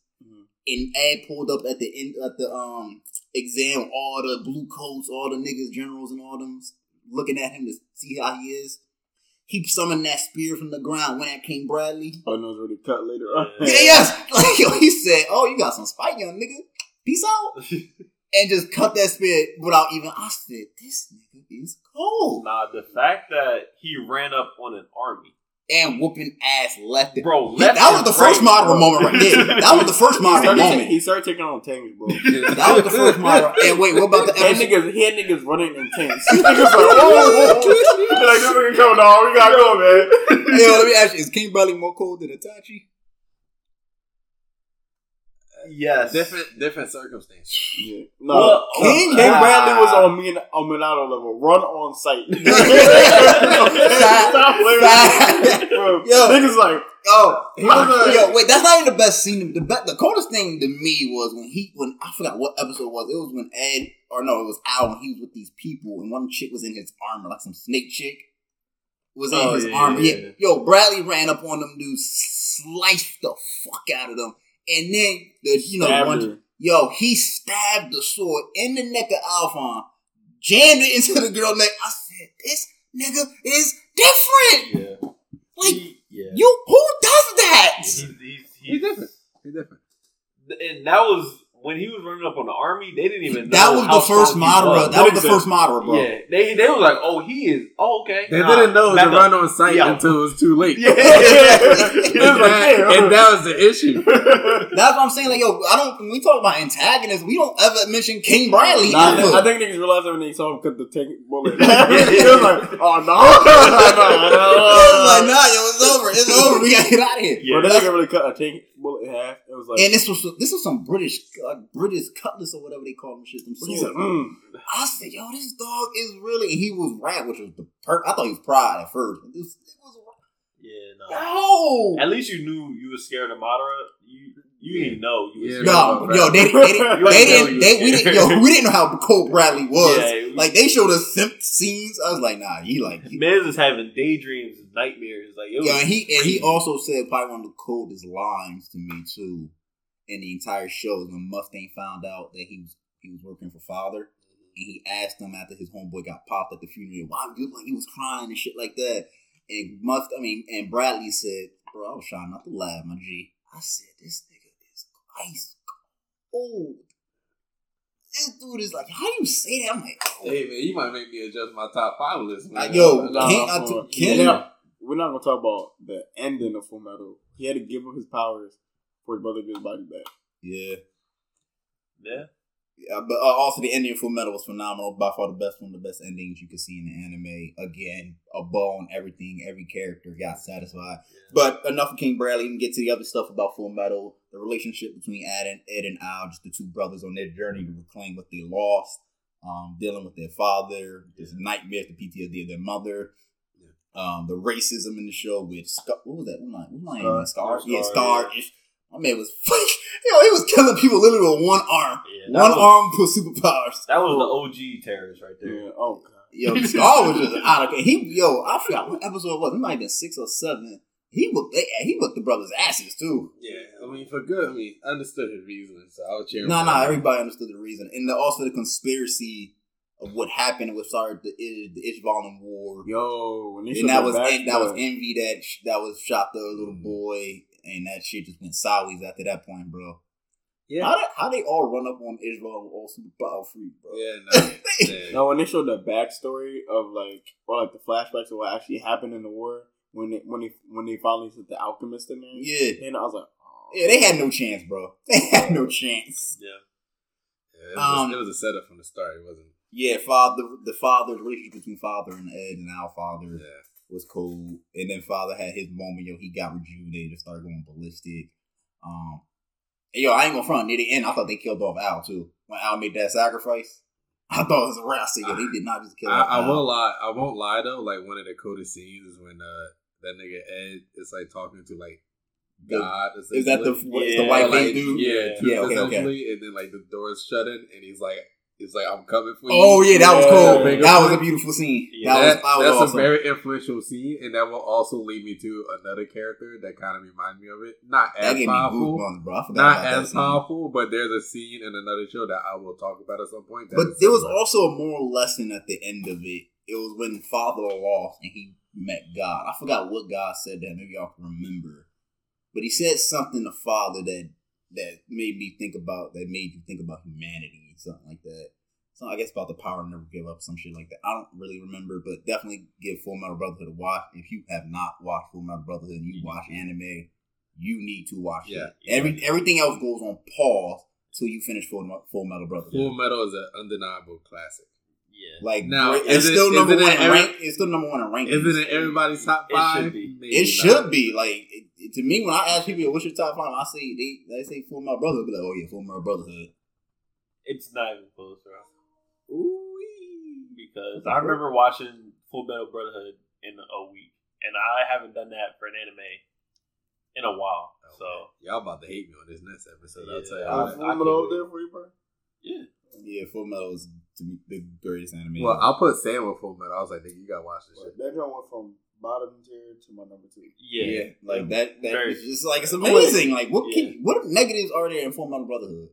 [SPEAKER 2] And Ed pulled up at the end at the um exam, with all the blue coats, all the niggas, generals, and all them looking at him to see how he is. He summoned that spear from the ground, went at King Bradley.
[SPEAKER 4] Oh, no, it's already cut later on.
[SPEAKER 2] Yeah, yes. Like yo, he said, "Oh, you got some spike, young nigga. Peace out." and just cut that spear without even. I said, "This nigga is cold."
[SPEAKER 5] Nah, the fact that he ran up on an army.
[SPEAKER 2] And whooping ass left. it.
[SPEAKER 5] Bro,
[SPEAKER 2] He-
[SPEAKER 5] left
[SPEAKER 2] that was
[SPEAKER 5] and
[SPEAKER 2] the first
[SPEAKER 5] right, bro.
[SPEAKER 2] moderate moment right there. That was the first
[SPEAKER 4] He
[SPEAKER 2] moderate
[SPEAKER 4] started, ta-
[SPEAKER 2] moment.
[SPEAKER 4] he started taking on tanks, bro.
[SPEAKER 2] That was the first moderate. And wait, what about the
[SPEAKER 4] That
[SPEAKER 2] episode?
[SPEAKER 4] niggas, he had niggas running in tanks. Niggas like,
[SPEAKER 5] "Oh,
[SPEAKER 4] whoa, whoa, whoa. He like, this nigga coming on. We gotta go, man.
[SPEAKER 2] Yo, let me ask you: Is King Bradley more cold than Itachi?
[SPEAKER 5] Yes.
[SPEAKER 1] different, different circumstances.
[SPEAKER 4] Yeah. No,
[SPEAKER 5] Well,
[SPEAKER 4] King,
[SPEAKER 2] King-
[SPEAKER 4] King Bradley was
[SPEAKER 5] Ah.
[SPEAKER 4] on me on Milano level. Run on sight.
[SPEAKER 2] Side-
[SPEAKER 4] Stop playing with me. Bro,
[SPEAKER 2] Yo.
[SPEAKER 4] Niggas like,
[SPEAKER 2] Oh, he
[SPEAKER 4] My
[SPEAKER 2] was a-
[SPEAKER 4] God.
[SPEAKER 2] yo, wait, that's not even the best scene. The be- the coldest thing to me was when he when I forgot what episode it was. It was when Ed or no, it was Al when he was with these people and one chick was in his armor, like some snake chick was in
[SPEAKER 5] Oh,
[SPEAKER 2] his
[SPEAKER 5] yeah,
[SPEAKER 2] armor.
[SPEAKER 5] yeah,
[SPEAKER 2] Yeah, yo, Bradley ran up on them dudes, sliced the fuck out of them, and then the you know the one
[SPEAKER 4] Abner.
[SPEAKER 2] Yo, he stabbed the sword in the neck of Alphon, jammed it into the girl's neck. I said, this nigga is different.
[SPEAKER 5] Yeah.
[SPEAKER 2] Like,
[SPEAKER 5] He- yeah.
[SPEAKER 2] you, who does that?
[SPEAKER 5] He's, he's,
[SPEAKER 1] He's
[SPEAKER 5] he's,
[SPEAKER 1] different. He's different.
[SPEAKER 5] and that was when he was running up on the army. They didn't even.
[SPEAKER 2] That
[SPEAKER 5] know
[SPEAKER 2] was
[SPEAKER 5] how
[SPEAKER 2] the first
[SPEAKER 5] strong he
[SPEAKER 2] moderate.
[SPEAKER 5] was.
[SPEAKER 2] That was the
[SPEAKER 4] Nigga.
[SPEAKER 2] first moderate, bro.
[SPEAKER 5] Yeah, they they was like, oh, he is. Oh, okay.
[SPEAKER 1] They
[SPEAKER 5] Nah,
[SPEAKER 1] didn't know it was
[SPEAKER 5] back
[SPEAKER 1] a
[SPEAKER 5] up.
[SPEAKER 1] run on sight
[SPEAKER 5] Yeah.
[SPEAKER 1] until it was too late.
[SPEAKER 4] Yeah.
[SPEAKER 1] and,
[SPEAKER 4] It was like,
[SPEAKER 1] that, and that was the issue.
[SPEAKER 4] damn.
[SPEAKER 2] That's what I'm saying. Like, yo, I don't. When we talk about antagonists, we don't ever mention King Bradley.
[SPEAKER 4] Nah,
[SPEAKER 2] ever.
[SPEAKER 4] I think niggas realized that when they saw him cut the tank bullet. it was like, oh no,
[SPEAKER 2] It's
[SPEAKER 4] no, no, no. uh,
[SPEAKER 2] like, nah, yo, it's over. It's over. We gotta get out of here.
[SPEAKER 5] Yeah.
[SPEAKER 4] Bro, that nigga really cut a tank bullet in half. It was like,
[SPEAKER 2] And this was this was some British uh, British cutlets or whatever they call them shit. Them
[SPEAKER 4] he
[SPEAKER 2] swords.
[SPEAKER 4] said, mm.
[SPEAKER 2] I said, "Yo, this dog is really." And he was rap, which was the per. I thought he was pride at first. But this, it was
[SPEAKER 5] Yeah, no.
[SPEAKER 2] no.
[SPEAKER 5] At least you knew you was scared of Madara. You you didn't know you was
[SPEAKER 1] Yeah.
[SPEAKER 5] scared.
[SPEAKER 2] No,
[SPEAKER 1] bro.
[SPEAKER 2] yo, they, they, didn't-
[SPEAKER 5] You
[SPEAKER 2] they
[SPEAKER 5] ain't
[SPEAKER 2] didn't,
[SPEAKER 5] know
[SPEAKER 2] they,
[SPEAKER 5] you
[SPEAKER 2] we
[SPEAKER 5] was
[SPEAKER 2] didn't,
[SPEAKER 5] scared.
[SPEAKER 2] yo, we didn't know how cold Bradley was.
[SPEAKER 5] Yeah,
[SPEAKER 2] Like they showed us simp scenes. I was like, nah, he like, he-
[SPEAKER 5] Miz is having daydreams and nightmares. Like it was
[SPEAKER 2] yeah. And he and he also said probably one of the coldest lines to me too in the entire show is when Mustang found out that he was he was working for Father, and he asked him after his homeboy got popped at the funeral, why you like he was crying and shit like that. And Must, I mean, and Bradley said, bro, I was trying not to laugh, my G. I said, this nigga is ice cold. This dude is like, how you say that? I'm like, oh.
[SPEAKER 1] Hey man, you might make me adjust my top five list. Man.
[SPEAKER 2] Like, yo,
[SPEAKER 1] Nah,
[SPEAKER 2] can't
[SPEAKER 1] I'm
[SPEAKER 2] I
[SPEAKER 1] for
[SPEAKER 2] t-
[SPEAKER 1] it.
[SPEAKER 2] can't
[SPEAKER 4] Yeah.
[SPEAKER 2] yeah.
[SPEAKER 4] we're not gonna talk about the ending of Full Metal. He had to give up his powers for his brother to get his body back.
[SPEAKER 2] yeah.
[SPEAKER 5] yeah.
[SPEAKER 2] Yeah, but uh, also the ending of Full Metal was phenomenal. By far the best one, of the best endings you could see in the anime. Again, a bone, everything, every character got satisfied. But enough of King Bradley. We can get to the other stuff about Full Metal. The relationship between Ed and Ed and Al, just the two brothers on their journey to reclaim what they lost. Um, dealing with their father, this nightmare, the PTSD of their mother. Um, the racism in the show with Scar- what was that? What was my, what was my name? Scar,
[SPEAKER 5] Scar.
[SPEAKER 2] yeah,
[SPEAKER 5] Scar,
[SPEAKER 2] Scar. My man was, yo, he was killing people literally with one arm.
[SPEAKER 5] yeah that was,
[SPEAKER 2] One arm for superpowers.
[SPEAKER 5] That was the OG terrorist right there.
[SPEAKER 4] Yeah. Oh god.
[SPEAKER 2] Yo, Scar was just out of he yo, I forgot what episode it was. It might have been six or seven. He whooped they, he whooped the brothers' asses too.
[SPEAKER 1] Yeah, I mean for good. I mean, I understood his reasoning, so I was cheering.
[SPEAKER 2] No,
[SPEAKER 1] for
[SPEAKER 2] no,
[SPEAKER 1] him.
[SPEAKER 2] everybody understood the reason. And the, also the conspiracy of what happened with sorry the Ish- the Ishvalan war.
[SPEAKER 4] Yo, when they showed
[SPEAKER 2] and that
[SPEAKER 4] the
[SPEAKER 2] was
[SPEAKER 4] back, uh,
[SPEAKER 2] en- that was
[SPEAKER 4] the-
[SPEAKER 2] envy that sh- that was shot the little boy and that shit just went sideways after that point, bro.
[SPEAKER 1] Yeah.
[SPEAKER 2] How, did, how they all run up on Israel and all superpower free, bro?
[SPEAKER 1] Yeah, no. yeah.
[SPEAKER 4] No, when they showed the backstory of like or like the flashbacks of what actually happened in the war when they when they when they finally sent the alchemist in there.
[SPEAKER 2] Yeah.
[SPEAKER 4] And I was like, oh.
[SPEAKER 2] Yeah, they had no chance, bro. They had no chance.
[SPEAKER 1] Yeah, it, was,
[SPEAKER 2] Um,
[SPEAKER 1] it was a setup from the start. It wasn't.
[SPEAKER 2] Yeah, father, the father's relationship between father and Ed and our father
[SPEAKER 1] Yeah,
[SPEAKER 2] was cool. And then father had his moment, yo, he got rejuvenated and started going ballistic. Um, and yo, I ain't gonna front near the end. I thought they killed off Al too when Al made that sacrifice. I thought it was a wrap. I said, yo, they did not just kill.
[SPEAKER 1] I,
[SPEAKER 2] off
[SPEAKER 1] I
[SPEAKER 2] Al.
[SPEAKER 1] won't lie. I won't lie though. Like one of the coolest scenes is when uh that nigga Ed is like talking to like
[SPEAKER 2] The-
[SPEAKER 1] God. or
[SPEAKER 2] Is that the
[SPEAKER 1] something.
[SPEAKER 2] what is the
[SPEAKER 5] Yeah,
[SPEAKER 2] white
[SPEAKER 1] like,
[SPEAKER 2] thing dude?
[SPEAKER 1] Yeah, truth
[SPEAKER 5] Yeah.
[SPEAKER 2] Yeah, okay, okay.
[SPEAKER 1] essentially, and then like the door's shutting, and he's like, he's like, I'm coming for you.
[SPEAKER 2] Oh yeah, that was
[SPEAKER 5] Yeah.
[SPEAKER 2] cool.
[SPEAKER 1] Big up.
[SPEAKER 2] That was a beautiful scene.
[SPEAKER 5] Yeah.
[SPEAKER 2] that,
[SPEAKER 1] That-
[SPEAKER 2] was, that was
[SPEAKER 1] that's
[SPEAKER 2] awesome.
[SPEAKER 1] a very influential scene, and that will also lead me to another character that kind of reminds me of it. Not
[SPEAKER 2] that
[SPEAKER 1] as
[SPEAKER 2] gave me
[SPEAKER 1] powerful,
[SPEAKER 2] goosebumps, bro. I forgot
[SPEAKER 1] not
[SPEAKER 2] about that
[SPEAKER 1] as
[SPEAKER 2] scene.
[SPEAKER 1] powerful, but there's a scene in another show that I will talk about at some point. that is
[SPEAKER 2] But there was
[SPEAKER 1] similar.
[SPEAKER 2] also a moral lesson at the end of it. It was when Father lost and he met God. I forgot what God said to him. Maybe y'all can remember. But he said something to Father that that made me think about that made you think about humanity, something like that. So I guess about the power to never give up, some shit like that. I don't really remember, but definitely give Full Metal Brotherhood a watch. If you have not watched Full Metal Brotherhood and you watch anime, you need to watch
[SPEAKER 1] Yeah,
[SPEAKER 2] it. Every everything else goes on pause till you finish Full, Mo- Full Metal Brotherhood.
[SPEAKER 1] Full Metal is an undeniable classic.
[SPEAKER 5] Yeah.
[SPEAKER 2] Like
[SPEAKER 1] Now,
[SPEAKER 2] great-
[SPEAKER 1] is
[SPEAKER 2] it's
[SPEAKER 1] it-
[SPEAKER 2] still
[SPEAKER 1] is
[SPEAKER 2] number
[SPEAKER 1] it
[SPEAKER 2] one in
[SPEAKER 1] every-
[SPEAKER 2] rank. It's still number one in rank.
[SPEAKER 1] Is it in everybody's top
[SPEAKER 5] It should
[SPEAKER 1] five?
[SPEAKER 5] be.
[SPEAKER 1] Maybe
[SPEAKER 2] It
[SPEAKER 1] not.
[SPEAKER 2] should be like it- it- to me when I ask people what's your top five, I say they they say Full Metal Brotherhood. Be like, oh yeah, Full Metal Brotherhood.
[SPEAKER 5] It's not even close, bro. Because I remember watching Full Metal Brotherhood in a week, and I haven't done that for an anime in a while.
[SPEAKER 1] Oh,
[SPEAKER 5] So
[SPEAKER 1] man. y'all about to hate me on this next episode. I'll
[SPEAKER 5] Yeah.
[SPEAKER 1] tell you.
[SPEAKER 5] I-
[SPEAKER 4] I,
[SPEAKER 1] all
[SPEAKER 4] I,
[SPEAKER 1] that.
[SPEAKER 5] I can't
[SPEAKER 4] over
[SPEAKER 5] wait.
[SPEAKER 4] there for you, bro.
[SPEAKER 5] yeah,
[SPEAKER 2] Yeah, Full Metal is to me the greatest anime.
[SPEAKER 1] Well, I'll put Sam on Full Metal. I was like, nigga, you gotta watch this shit.
[SPEAKER 4] That joint went from bottom tier to my number two.
[SPEAKER 5] yeah,
[SPEAKER 2] like that. That
[SPEAKER 5] Very-
[SPEAKER 2] is just like it's
[SPEAKER 5] Quick.
[SPEAKER 2] amazing. Like what
[SPEAKER 5] Yeah.
[SPEAKER 2] can, what negatives are there in Full Metal Brotherhood?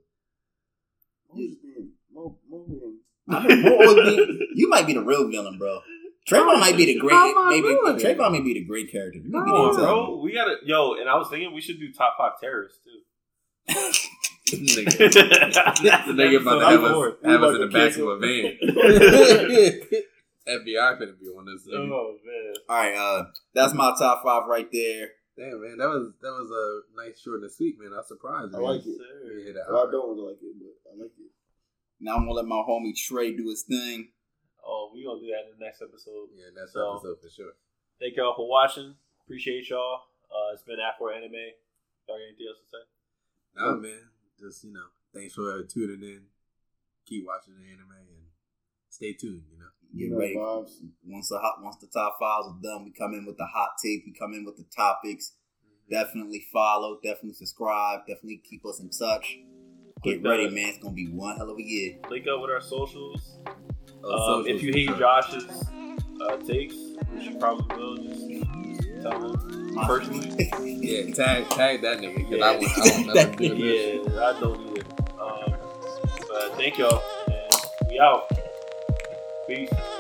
[SPEAKER 4] Mo was being, Mo, Mo being,
[SPEAKER 2] I mean, what would be- you might be the real villain, bro. Trayvon might be the great.
[SPEAKER 1] I'm not
[SPEAKER 2] Maybe
[SPEAKER 1] really.
[SPEAKER 2] Trayvon may be the great character. You might be
[SPEAKER 5] Come
[SPEAKER 2] the
[SPEAKER 5] on,
[SPEAKER 2] villain.
[SPEAKER 5] bro. We gotta yo. And I was thinking we should do top five terrorists too.
[SPEAKER 1] nigga, the nigga
[SPEAKER 5] nigga
[SPEAKER 1] about to
[SPEAKER 4] I'm
[SPEAKER 1] have us,
[SPEAKER 4] bored.
[SPEAKER 1] have
[SPEAKER 4] We
[SPEAKER 1] us
[SPEAKER 4] about
[SPEAKER 1] in the
[SPEAKER 4] to
[SPEAKER 1] back of
[SPEAKER 4] cancel.
[SPEAKER 1] a van. FBI finna be on this. nigga.
[SPEAKER 5] Oh man.
[SPEAKER 2] All right, uh, that's my top five right there.
[SPEAKER 1] Damn, man, that was that was a nice short and sweet, man. I was surprised.
[SPEAKER 4] I
[SPEAKER 1] man.
[SPEAKER 4] like it.
[SPEAKER 1] We
[SPEAKER 5] Sir.
[SPEAKER 1] hit an
[SPEAKER 4] Well, I
[SPEAKER 1] hour.
[SPEAKER 4] don't like it, but I like it.
[SPEAKER 2] Now I'm gonna let my homie Trey do his thing.
[SPEAKER 5] Oh, we gonna do that in the next episode.
[SPEAKER 1] Yeah, that's
[SPEAKER 5] So-
[SPEAKER 1] episode for sure.
[SPEAKER 5] Thank y'all for watching. Appreciate y'all. Uh, it's been Afro Anime. Y'all got anything else to say?
[SPEAKER 1] Nah, man. Just you know, thanks for tuning in. Keep watching the anime and stay tuned. You know,
[SPEAKER 2] Get
[SPEAKER 4] You know,
[SPEAKER 2] ready.
[SPEAKER 4] vibes.
[SPEAKER 2] Once the hot, once the top files are done, we come in with the hot take. We come in with the topics.
[SPEAKER 4] Mm-hmm.
[SPEAKER 2] Definitely follow. Definitely subscribe. Definitely keep us in touch. Get
[SPEAKER 5] Click that.
[SPEAKER 2] ready, man. It's gonna be one hell of a year.
[SPEAKER 5] Link up with our socials.
[SPEAKER 1] Oh,
[SPEAKER 5] Um,
[SPEAKER 1] socials
[SPEAKER 5] if you
[SPEAKER 1] for
[SPEAKER 5] hate
[SPEAKER 1] sure.
[SPEAKER 5] Josh's uh, takes, which you probably will, just, just tell him personally.
[SPEAKER 1] yeah, tag tag that nigga because I
[SPEAKER 5] Yeah.
[SPEAKER 1] want I want nothing to do with this.
[SPEAKER 5] Yeah, I don't either. Um, but thank y'all, and we out. Peace.